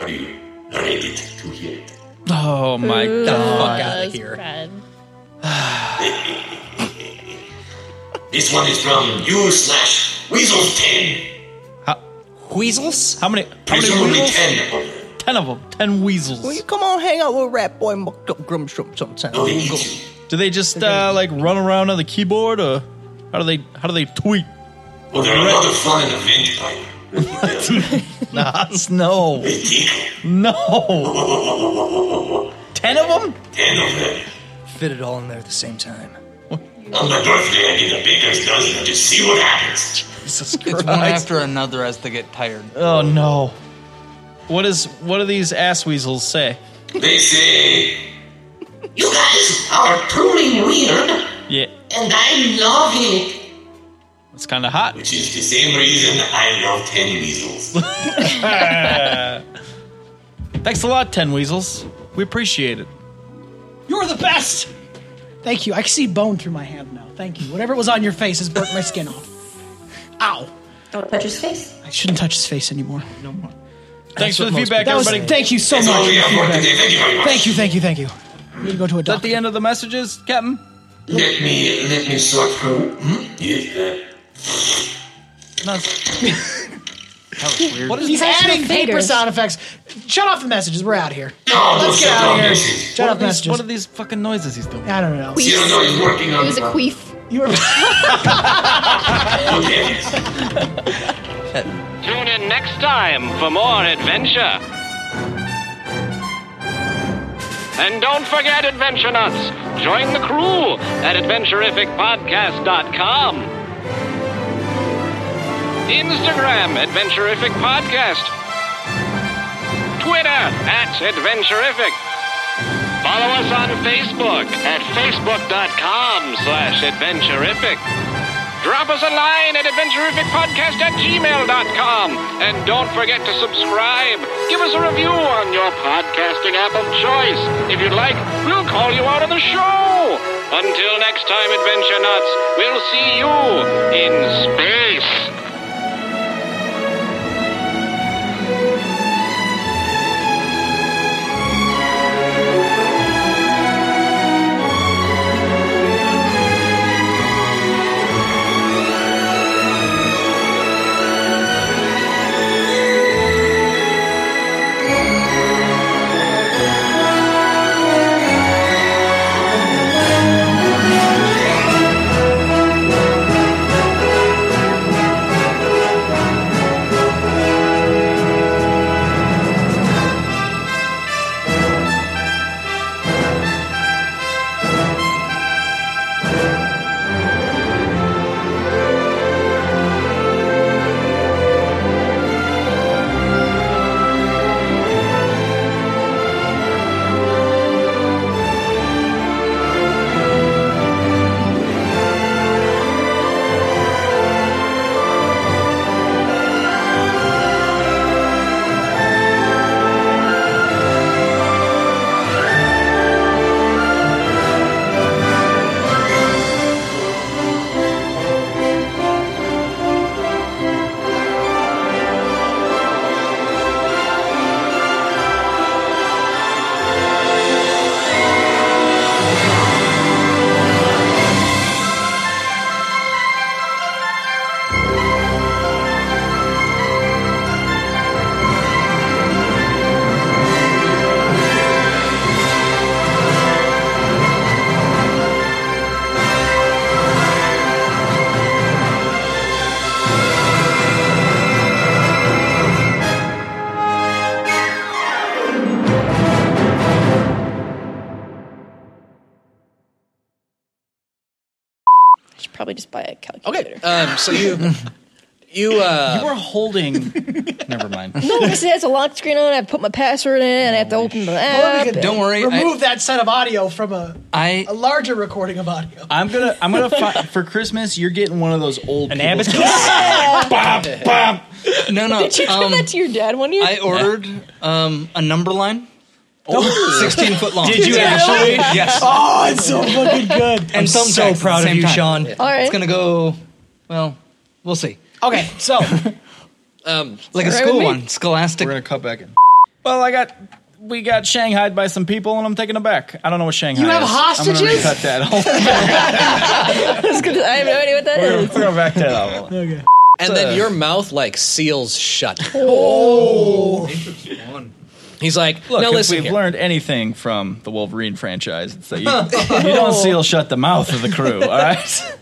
Are you to hear it. Oh my Ooh, god. fuck outta That's here. bad. This one is from you slash Weasel 10. Weasels? How many? How There's many only weasels? 10 of them. Ten of them. Ten weasels. Will you come on hang out with Rat Boy Grum Shrimp sometime? Oh, We'll go. Do they just uh, like run around on the keyboard, or how do they how do they tweet? Well, they're a lot of fun in a vampire. Nas, no, no. Ten of them. Ten of them. Fit it all in there at the same time. On my birthday, I did a baker's dozen to see what happens. It's one after another as they get tired. Oh no. What is what do these ass weasels say? They say, You guys are truly weird, Yeah, and I love it. it's kind of hot. Which is the same reason I love 10 weasels. Thanks a lot, Ten Weasels. We appreciate it. You're the best. Thank you. I can see bone through my hand now. Thank you. Whatever was on your face has burnt my skin off. Ow. Don't touch his face. I shouldn't touch his face anymore. No more. Thanks for the most feedback, people- that was- everybody. thank you so That's much all for we the have for feedback. today. Thank you very much. Thank you, thank you, thank you. We need to go to a Is that the end of the messages, Captain? Let me, let me sort through. Hmm? Yeah, uh, What He's Nice adding little paper fingers. sound effects. Shut off the messages. We're out of here. No, don't Let's get shut off out of here. messages. Shut What off are these- messages. What are these fucking noises he's doing? I don't know. You don't know he's working on it. queef. You were Tune in next time for more adventure. And don't forget, Adventure Nuts! Join the crew at AdventurificPodcast.com. Instagram, Adventurific Podcast. Twitter, at Adventurific. Follow us on Facebook at Facebook.com slash Adventurific. Drop us a line at adventurificpodcast at gmail.com. And don't forget to subscribe. Give us a review on your podcasting app of choice. If you'd like, we'll call you out on the show. Until next time, Adventure Nuts, we'll see you in space. I should probably just buy a calculator. Okay. Um, so you you uh you were holding. Never mind. No, because it has a lock screen on it. I put my password in and I have to open the app. Well, we could and- Remove that set of audio from a I- a larger recording of audio. I'm gonna. I'm gonna. Fi- for Christmas, you're getting one of those old. An abacus? bop, bop. No, no. Did you do um, that to your dad one year? I ordered um, a number line. Oh. 16 foot long. Did you Did you actually? really? Yes. Oh, it's so fucking good. And I'm thumb so tacks at proud the of same you, time. Sean. All right. It's going to go, well, we'll see. Okay, so. um Like a Right school with me. one, scholastic. We're going to cut back in. Well, I got we got shanghaied by some people, and I'm taking it back. I don't know what Shanghai. You have is. I'm gonna hostages? cut that. I was gonna- I have no idea what that we're, is. we're gonna back that up. Okay. And then your mouth like seals shut. Oh. He's like, Look, now if listen we've here. learned Oh. anything from the Wolverine franchise, it's that you, you don't seal shut the mouth of the crew. All right.